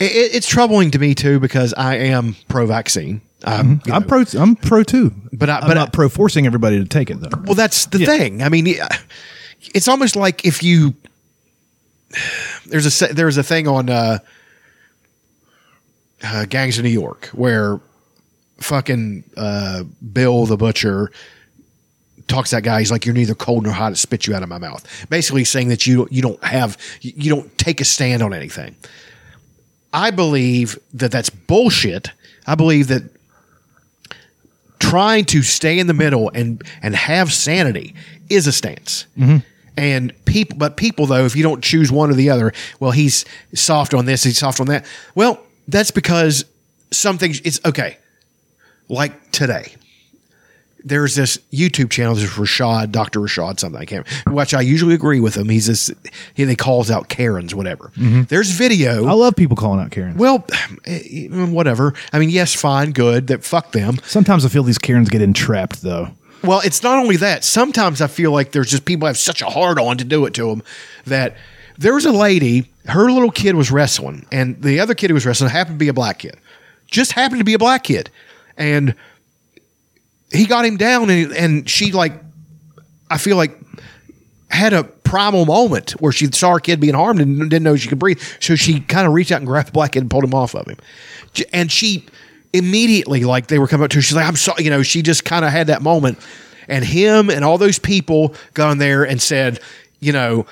S1: it, it- it's troubling to me too because I am pro-vaccine. Um, you
S3: I'm
S1: know,
S3: pro. I'm pro too.
S1: But I-
S3: I'm
S1: but
S3: not
S1: I-
S3: pro forcing everybody to take it though.
S1: Well, that's the thing. I mean, yeah, it's almost like if you [SIGHS] there's a se- there's a thing on uh, uh, Gangs of New York where fucking uh, Bill the Butcher talks to that guy. He's like, "You're neither cold nor hot. It spit you out of my mouth." Basically, saying that you you don't have you you don't take a stand on anything. I believe that that's bullshit. I believe that trying to stay in the middle and and have sanity is a stance. And people, but people though, if you don't choose one or the other, well, he's soft on this, he's soft on that. Well, that's because some things. It's okay. Like today, there's this YouTube channel. This is Rashad, Doctor Rashad, something I can't. Which I usually agree with him. He's this. He, they calls out Karens, whatever. There's video.
S3: I love people calling out Karens.
S1: well, eh, whatever. I mean, yes, fine, good. That fuck them.
S3: Sometimes I feel these Karens get entrapped though.
S1: Well, it's not only that. Sometimes I feel like there's just people have such a hard on to do it to them that there was a lady, her little kid was wrestling, and the other kid who was wrestling happened to be a black kid. Just happened to be a black kid. And he got him down, and, and she, like, I feel like had a primal moment where she saw her kid being harmed and didn't know she could breathe. So she kind of reached out and grabbed the black kid and pulled him off of him. J- And she immediately, like they were coming up to her, she's like, I'm sorry. You know, she just kind of had that moment. And him and all those people got on there and said, you know,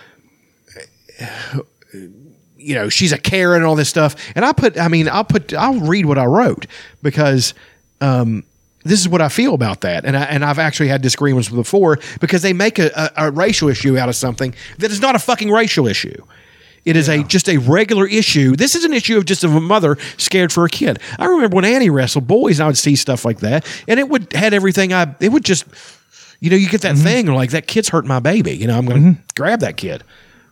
S1: you know, she's a Karen and all this stuff. And I put, I mean, I'll put, I'll read what I wrote because, um, this is what I feel about that. And I, and I've actually had disagreements before because they make a, a, a racial issue out of something that is not a fucking racial issue. It is a just a regular issue. This is an issue of just of a mother scared for her kid. I remember when Annie wrestled boys, and I would see stuff like that, and it would had everything. I it would just, you know, you get that thing like that kid's hurting my baby. You know, I'm going to grab that kid.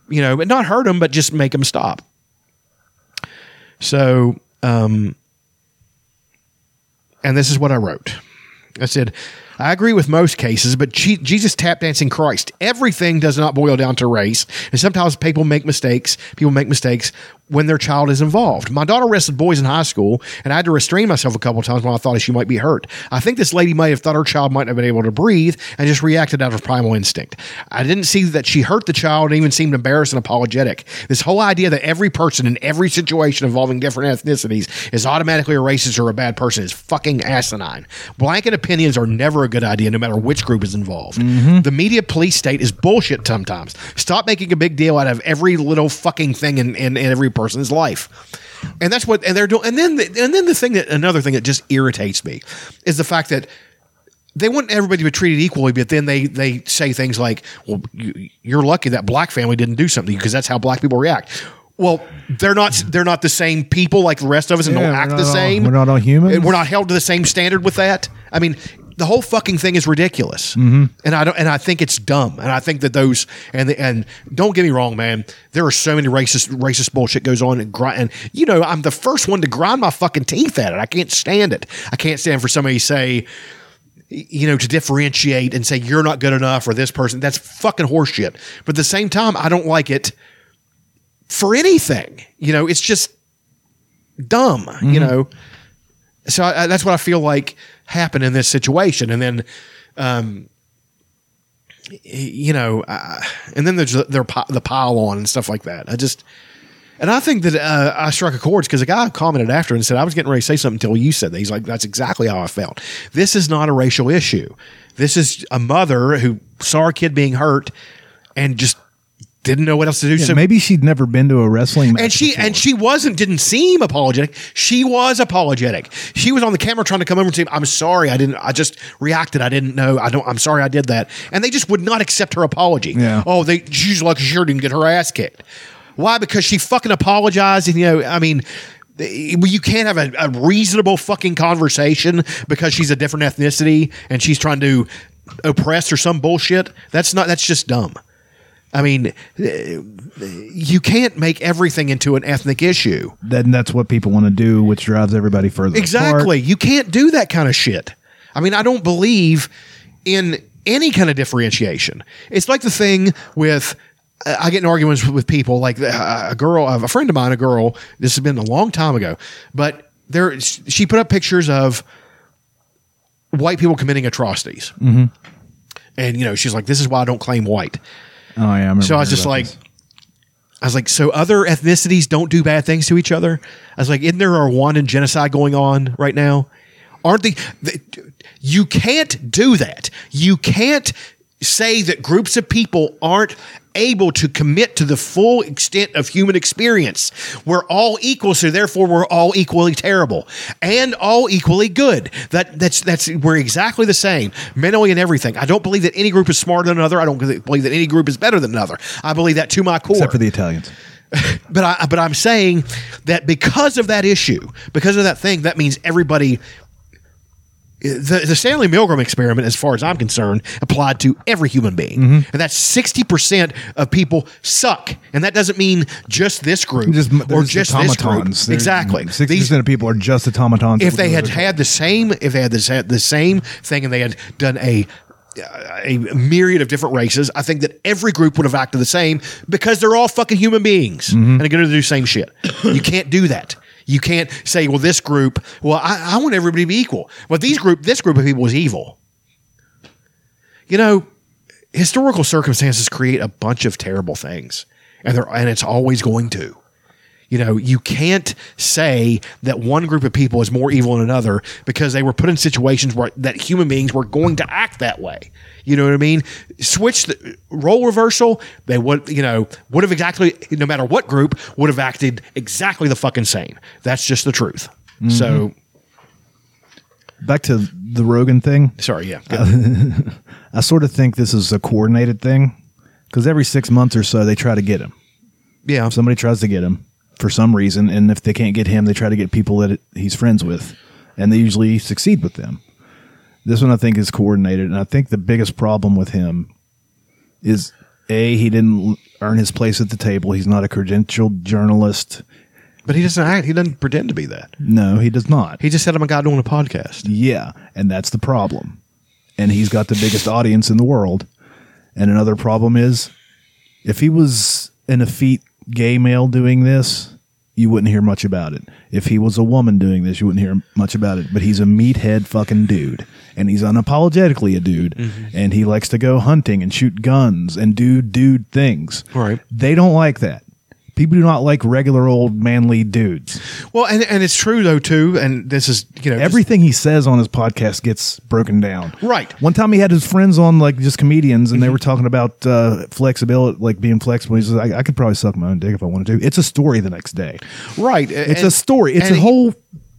S1: You know, but not hurt him, but just make him stop. So, um, and this is what I wrote. I said, I agree with most cases, but Je- Jesus tap dancing Christ. Everything does not boil down to race. And sometimes people make mistakes. People make mistakes when their child is involved. My daughter wrestled boys in high school, and I had to restrain myself a couple of times when I thought she might be hurt. I think this lady might have thought her child might not have been able to breathe and just reacted out of primal instinct. I didn't see that she hurt the child and even seemed embarrassed and apologetic. This whole idea that every person in every situation involving different ethnicities is automatically a racist or a bad person is fucking asinine. Blanket opinions are never a good idea, no matter which group is involved. The media police state is bullshit sometimes. Stop making a big deal out of every little fucking thing in, in, in every person's life. And that's what and they're doing. And then the, and then the thing that another thing that just irritates me is the fact that they want everybody to be treated equally, but then they they say things like, "Well, you, you're lucky that black family didn't do something because that's how black people react." Well, they're not they're not the same people like the rest of us and
S3: Yeah,
S1: don't
S3: we're
S1: act
S3: not
S1: the
S3: all-
S1: same.
S3: we're not all humans.
S1: And We're not held to the same standard with that. I mean, the whole fucking thing is ridiculous, and I don't and I think it's dumb, and I think that those and the, and don't get me wrong, man, there are so many racist racist bullshit goes on and grind. And you know, I'm the first one to grind my fucking teeth at it. I can't stand it. I can't stand for somebody to say you know, to differentiate and say you're not good enough or this person. That's fucking horseshit. But at the same time, I don't like it for anything. You know, it's just dumb. You know, so I, I- that's what I feel like happened in this situation. And then, um, y- you know, uh, and then there's the- their pi- the pile on and stuff like that. I just. And I think that uh, I struck a chord because a guy commented after and said, I was getting ready to say something until you said that. He's like, that's exactly how I felt. This is not a racial issue. This is a mother who saw her kid being hurt and just didn't know what else to do.
S3: Yeah,
S1: so
S3: maybe she'd never been to a wrestling match.
S1: and she
S3: before.
S1: and she wasn't didn't seem apologetic. She was apologetic. She was on the camera trying to come over and say, "I'm sorry, I didn't. I just reacted. I didn't know. I don't. I'm sorry, I did that." And they just would not accept her apology.
S3: Yeah.
S1: Oh, they she's like she sure didn't get her ass kicked. Why? Because she fucking apologized, and you know, I mean. eh, You can't have a, a reasonable fucking conversation because she's a different ethnicity and she's trying to oppress or some bullshit. That's not. That's just dumb. I mean, eh, you can't make everything into an ethnic issue.
S3: then that's what people want to do, which drives everybody further.
S1: Exactly.
S3: apart.
S1: You can't do that kind of shit. I mean, I don't believe in any kind of differentiation. It's like the thing with I I get in arguments with people like uh, a girl, a friend of mine, a girl. This has been a long time ago, but there she put up pictures of white people committing atrocities, and you know she's like, "This is why I don't claim white."
S3: Oh yeah, I remember
S1: So I was
S3: hearing
S1: just
S3: about
S1: like,
S3: this.
S1: I was like, so other ethnicities don't do bad things to each other. I was like, isn't there a Rwandan genocide going on right now? Aren't they? th- you can't do that. You can't say that groups of people aren't able to commit to the full extent of human experience. We're all equal, so therefore we're all equally terrible and all equally good. That that's that's we're exactly the same mentally and everything. I don't believe that any group is smarter than another. I don't believe that any group is better than another. I believe that to my core
S3: except for the Italians.
S1: but I but I'm saying that because of that issue, because of that thing, that means everybody. The, the Stanley Milgram experiment, as far as I'm concerned, applied to every human being,
S3: Mm-hmm.
S1: and that's sixty percent of people suck, and that doesn't mean just this group
S3: Just,
S1: or
S3: there's
S1: just this group.
S3: automatons. There's-
S1: Exactly,
S3: Sixty
S1: These-
S3: percent of people are just automatons.
S1: if they had had the same if they had this had the same thing and they had done a a myriad of different races i think that every group would have acted the same because they're all fucking human beings and they're going to do the same shit you can't do that you can't say well this group well i, I want everybody to be equal but these group this group of people is evil you know historical circumstances create a bunch of terrible things and they're and it's always going to you know, you can't say that one group of people is more evil than another because they were put in situations where that human beings were going to act that way. You know what I mean? Switch the role reversal, they would, you know, would have exactly, no matter what group, would have acted exactly the fucking same. That's just the truth. So,
S3: back to the Rogan thing,
S1: sorry, yeah.
S3: I sort of think this is a coordinated thing because every six months or so they try to get him.
S1: yeah.
S3: Somebody tries to get him for some reason, and if they can't get him, they try to get people that he's friends with, and they usually succeed with them. This one I think is coordinated, and I think the biggest problem with him is a he didn't l- earn his place at the table. He's not a credentialed journalist.
S1: But he doesn't act, he doesn't pretend to be that.
S3: No, he does not.
S1: He just said, I'm a guy doing a podcast.
S3: Yeah, and that's the problem. And he's got the biggest audience in the world. And another problem is if he was an effete gay male doing this, you wouldn't hear much about it. If he was a woman doing this, you wouldn't hear much about it. But he's a meathead fucking dude. And he's unapologetically a dude.
S1: Mm-hmm.
S3: And he likes to go hunting and shoot guns and do dude things.
S1: Right.
S3: They don't like that. People do not like regular old manly dudes.
S1: Well, and, and it's true, though, too. And this is, you know, just-
S3: Everything he says on his podcast gets broken down.
S1: Right. Mm-hmm.
S3: One time he had his friends on, like just comedians, and they were talking about uh, flexibility, like being flexible. He says, I, I could probably suck my own dick if I wanted to. It's a story the next day.
S1: right.
S3: It's a story. It's a whole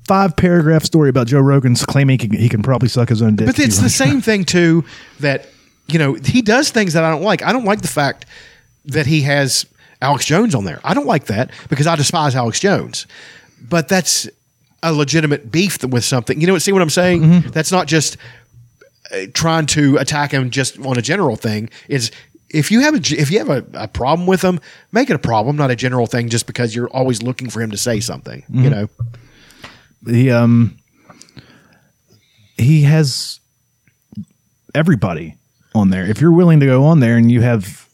S3: five paragraph story about Joe Rogan's claiming he can, he can probably suck his own dick.
S1: But
S3: if he
S1: it's the
S3: wants.
S1: same thing too that you know he does things that I don't like. I don't like the fact that he has Alex Jones on there. I don't like that because I despise Alex Jones. But that's a legitimate beef with something. You know, see what I'm saying? That's not just uh, trying to attack him just on a general thing. It's if you have a if you have a, a problem with him, make it a problem, not a general thing. Just because you're always looking for him to say something, you know.
S3: he um he has everybody on there. If you're willing to go on there and you have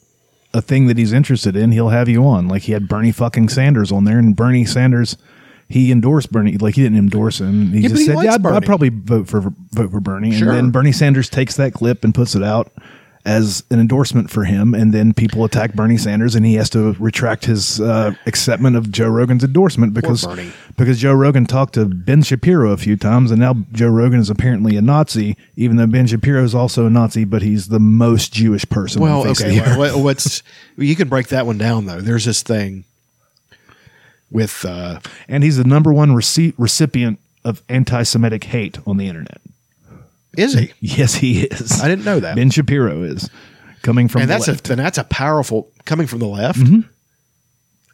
S3: a thing that he's interested in, he'll have you on. Like he had Bernie fucking Sanders on there, and Bernie Sanders, he endorsed Bernie. Like he didn't endorse him. He
S1: Yeah, but
S3: just
S1: he
S3: said,
S1: likes
S3: "Yeah, I'd,
S1: Bernie."
S3: I'd probably vote for vote for Bernie."
S1: Sure.
S3: And then Bernie Sanders takes that clip and puts it out as an endorsement for him, and then people attack Bernie Sanders, and he has to retract his uh, acceptance of Joe Rogan's endorsement because
S1: Bernie.
S3: because Joe Rogan talked to Ben Shapiro a few times, and now Joe Rogan is apparently a Nazi, even though Ben Shapiro is also a Nazi, but he's the most Jewish person. on
S1: Well,
S3: the face of
S1: okay.
S3: the earth.
S1: what- what's you can break that one down though. There's this thing with uh,
S3: and he's the number one rece- recipient of anti-Semitic hate on the internet. [LAUGHS]
S1: is he?
S3: Yes, he is.
S1: I didn't know that.
S3: Ben Shapiro is coming from
S1: and
S3: the
S1: that's
S3: left.
S1: a and that's a powerful coming from the left,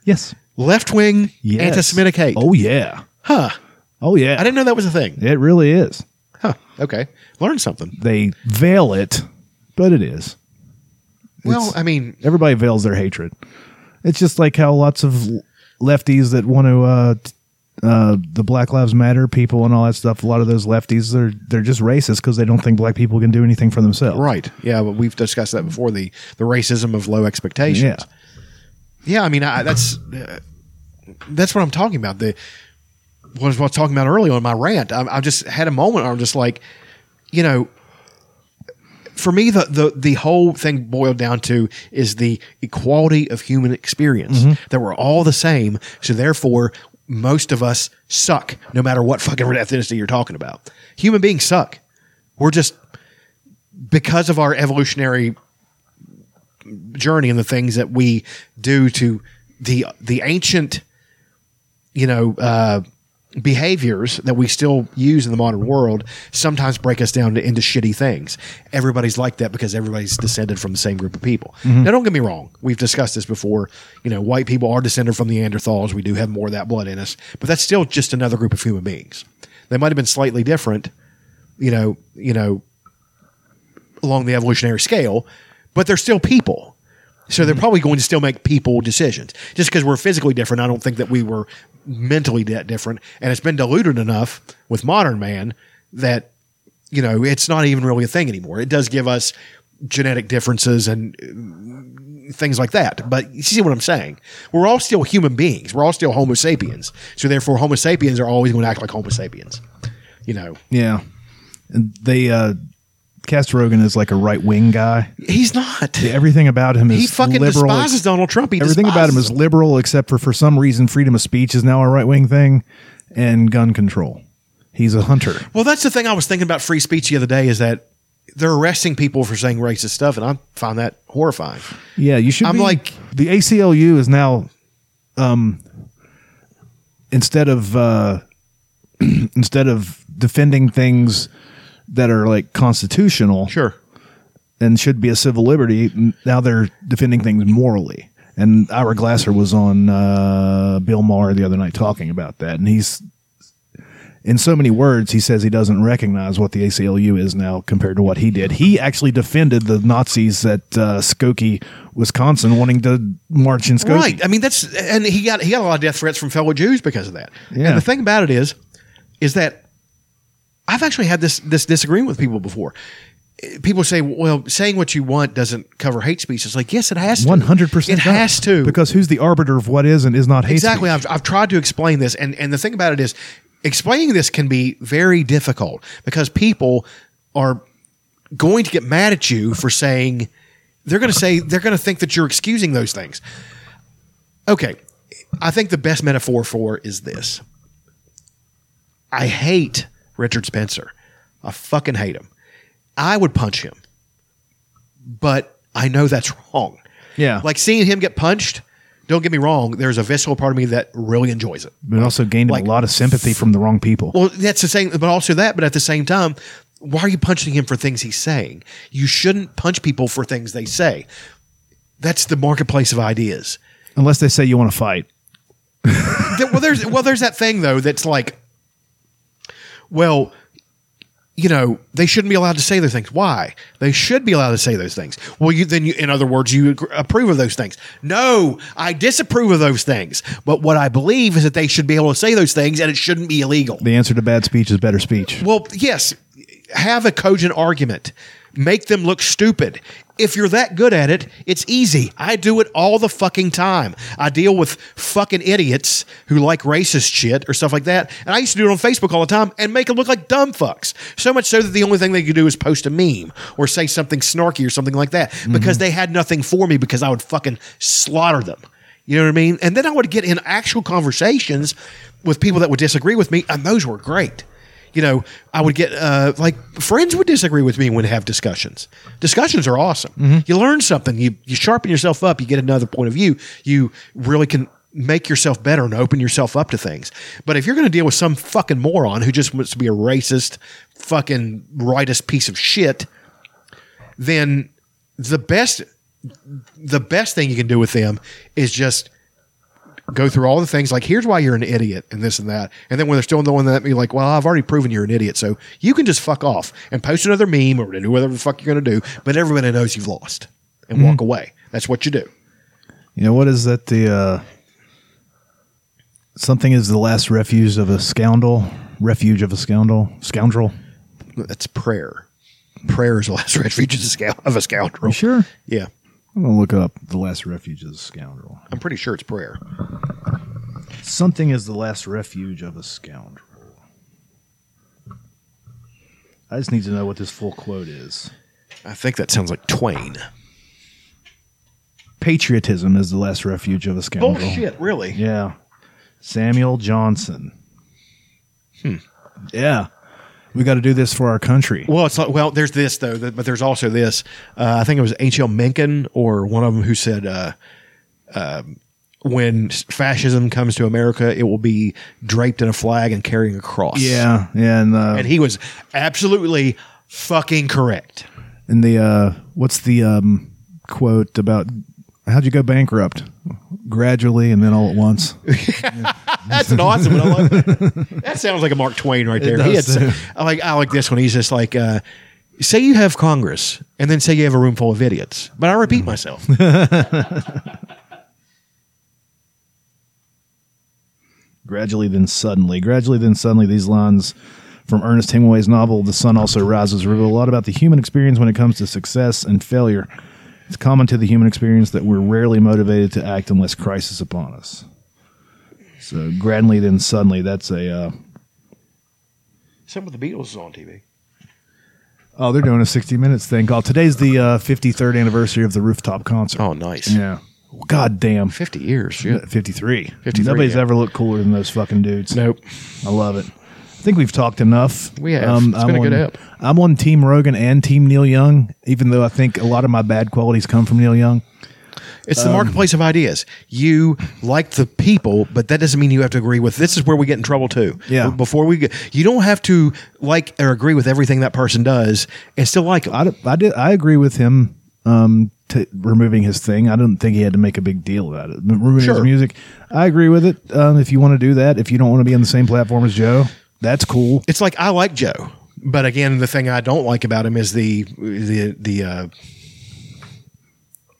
S3: yes,
S1: left wing
S3: yes.
S1: anti-Semitic hate.
S3: Oh yeah,
S1: Huh?
S3: oh yeah.
S1: I didn't know that was a thing.
S3: It really is.
S1: Huh? Okay, learn something.
S3: They veil it, but it is.
S1: Well, I mean,
S3: Everybody veils their hatred. It's just like how lots of l- lefties that want to uh, t- uh, the Black Lives Matter people and all that stuff. A lot of those lefties they're they're just racist because they don't think black people can do anything for themselves.
S1: right? Yeah, but we've discussed that before. The the racism of low expectations.
S3: Yeah.
S1: Yeah, I mean I, that's uh, that's what I'm talking about. The what I was talking about earlier on my rant. I, I just had a moment. where I'm just like, you know, for me the, the the whole thing boiled down to is the equality of human experience that we're all the same. So therefore, most of us suck, no matter what fucking ethnicity you're talking about. Human beings suck. We're just because of our evolutionary journey and the things that we do to the the ancient you know uh, behaviors that we still use in the modern world sometimes break us down to, into shitty things everybody's like that because everybody's descended from the same group of people now don't get me wrong we've discussed this before you know white people are descended from neanderthals we do have more of that blood in us but that's still just another group of human beings they might have been slightly different you know you know along the evolutionary scale, but they're still people. So they're probably going to still make people decisions. Just because we're physically different, I don't think that we were mentally that different. And it's been diluted enough with modern man that, you know, it's not even really a thing anymore. It does give us genetic differences and uh, things like that. But you see what I'm saying? We're all still human beings. We're all still Homo sapiens. So therefore, Homo sapiens are always going to act like Homo sapiens. You know,
S3: Yeah, and they uh, Cast Rogan is like a right wing guy.
S1: he's not.
S3: Everything about him is
S1: He fucking
S3: liberal.
S1: despises Donald Trump. He
S3: Everything about him
S1: despises
S3: is liberal, except for for some reason, freedom of speech is now a right wing thing, and gun control. He's a hunter.
S1: Well, that's the thing I was thinking about free speech the other day is that they're arresting people for saying racist stuff, and I find that horrifying.
S3: Yeah, you should.
S1: I'm
S3: be-
S1: like-
S3: the ACLU is now, um, instead of uh, [CLEARS THROAT] instead of defending things that are like constitutional,
S1: Sure.
S3: and should be a civil liberty. n- Now they're defending things morally. And Ira Glasser was on uh, Bill Maher the other night talking about that, and he's in so many words he says he doesn't recognize what the ACLU is now compared to what he did. He actually defended the Nazis at uh, Skokie, Wisconsin, wanting to march in Skokie.
S1: Right. I mean, that's and he got he got a lot of death threats from fellow Jews because of that.
S3: Yeah.
S1: And the thing about it is, is that I've actually had this this disagreement with people before. Eh, People say, "Well, saying what you want doesn't cover hate speech." It's like, yes, it has. to.
S3: One hundred percent.
S1: It has to
S3: because who's the arbiter of what is and is not hate
S1: exactly.
S3: speech?
S1: I've, I've tried to explain this, and and the thing about it is, explaining this can be very difficult because people are going to get mad at you for saying they're going to say they're going to think that you're excusing those things. Okay, I think the best metaphor for it is this. I hate Richard Spencer. I fucking hate him. I would punch him, but I know that's wrong.
S3: Yeah.
S1: Like seeing him get punched, don't get me wrong, there's a visceral part of me that really enjoys it.
S3: But also gained
S1: Like-
S3: a lot of sympathy from the wrong people.
S1: Well, that's the same, but also that, but at the same time, why are you punching him for things he's saying? You shouldn't punch people for things they say. That's the marketplace of ideas.
S3: Unless they say you want to fight.
S1: Th- well, there's well, there's that thing though that's like, well, you know, they shouldn't be allowed to say those things. Why? They should be allowed to say those things. Well, you then, you, in other words, you ag- approve of those things. No, I disapprove of those things. But what I believe is that they should be able to say those things, and it shouldn't be illegal.
S3: The answer to bad speech is better speech.
S1: Well, yes, have a cogent argument. Make them look stupid. If you're that good at it, it's easy. I do it all the fucking time. I deal with fucking idiots who like racist shit or stuff like that. And I used to do it on Facebook all the time and make them look like dumb fucks. So much so that the only thing they could do is post a meme or say something snarky or something like that because they had nothing for me because I would fucking slaughter them. You know what I mean? And then I would get in actual conversations with people that would disagree with me, and those were great. You know, I would get uh, like friends would disagree with me when have discussions. Discussions are awesome. You learn something. You you sharpen yourself up. You get another point of view. You really can make yourself better and open yourself up to things. But if you're going to deal with some fucking moron who just wants to be a racist, fucking rightist piece of shit, then the best the best thing you can do with them is just go through all the things like here's why you're an idiot and this and that and then when they're still doing that be like well i've already proven you're an idiot so you can just fuck off and post another meme or do whatever the fuck you're going to do but everybody knows you've lost and
S3: Mm-hmm.
S1: walk away that's what you do
S3: You know what is that the uh, something is the last refuge of a scoundrel, refuge of a scoundrel, scoundrel.
S1: that's prayer prayer is the last [LAUGHS] refuge of a scou- of a scoundrel
S3: Sure,
S1: yeah
S3: I'm gonna look up the last refuge of a scoundrel.
S1: i'm pretty sure it's prayer
S3: Something is the last refuge of a scoundrel. I just need to know what this full quote is.
S1: i think that sounds like twain
S3: Patriotism is the last refuge of a scoundrel.
S1: really
S3: Yeah. Samuel Johnson. Hmm. Yeah. We got to do this for our country.
S1: Well, it's like, well, there's this though, that, but there's also this. Uh, I think it was H.L. Mencken or one of them who said, uh, um, "When fascism comes to America, it will be draped in a flag and carrying a cross."
S3: Yeah. Yeah. And, uh,
S1: and he was absolutely fucking correct.
S3: and the, uh, what's the um, quote about how'd you go bankrupt? Gradually and then all at once.
S1: That's an awesome one. I love that. that sounds like a Mark Twain right there. He had
S3: does,
S1: some- I like I like this one. He's just like, uh, say you have Congress, and then say you have a room full of idiots. But I repeat myself.
S3: Gradually then suddenly. Gradually then suddenly. These lines from Ernest Hemingway's novel, The Sun Also Rises, reveal a lot about the human experience when it comes to success and failure. It's common to the human experience that we're rarely motivated to act unless crisis upon us. So, gradually then suddenly. That's a. Uh,
S1: [LAUGHS] some of the Beatles is on TV.
S3: oh, they're doing a 60 Minutes thing called. Today's the uh, 53rd anniversary of the rooftop concert.
S1: Oh, nice.
S3: Yeah. God damn.
S1: 50 years. Shit.
S3: 53.
S1: 53,
S3: Nobody's
S1: yeah.
S3: ever looked cooler than those fucking dudes.
S1: Nope.
S3: I love it. I think we've talked enough. Um,
S1: We have. It's been
S3: I'm
S1: a good
S3: on,
S1: app.
S3: I'm on Team Rogan and Team Neil Young, even though I think a lot of my bad qualities come from Neil Young.
S1: It's the marketplace of ideas. You like the people, but that doesn't mean you have to agree with. This is where we get in trouble too.
S3: Yeah.
S1: Before we get, you don't have to like or agree with everything that person does and still like them.
S3: I, d- I did. I agree with him um, t- removing his thing. I don't think he had to make a big deal about it. Removing
S1: Sure.
S3: his music, I agree with it. Um, if you want to do that, if you don't want to be on the same platform as Joe, that's cool.
S1: It's like I like Joe, but again, the thing I don't like about him is the the the uh,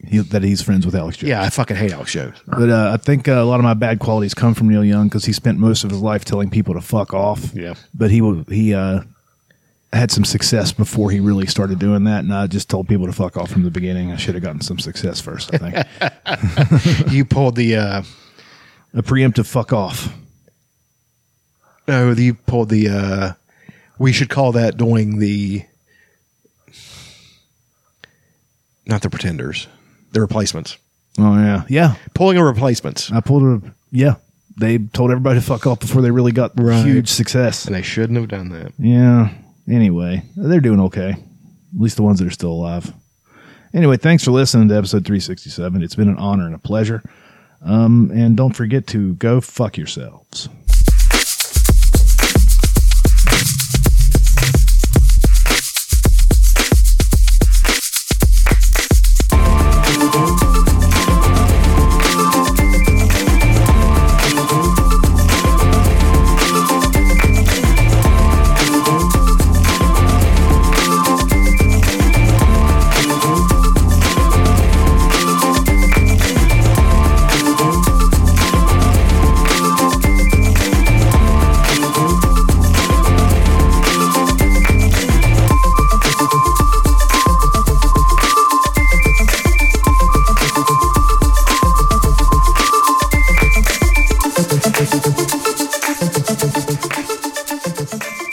S3: He, that he's friends with Alex Jones.
S1: yeah. I fucking hate Alex Joe.
S3: But uh, I think uh, a lot of my bad qualities come from Neil Young because he spent most of his life telling people to fuck off.
S1: Yeah.
S3: But he wa- he uh, had some success before he really started doing that, and I just told people to fuck off from the beginning. I should have gotten some success first. I think
S1: you pulled the uh,
S3: a preemptive fuck off.
S1: no, you pulled oh, the. Uh, we should call that doing the. Not the pretenders, the replacements.
S3: Oh yeah, yeah.
S1: Pulling a replacements.
S3: I pulled a yeah. They told everybody to fuck off before they really got
S1: Right.
S3: huge success.
S1: And they shouldn't have done that.
S3: Yeah. Anyway, they're doing okay. At least the ones that are still alive. Anyway, thanks for listening to episode 367. It's been an honor and a pleasure. Um, and don't forget to go fuck yourselves.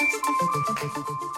S1: Bye.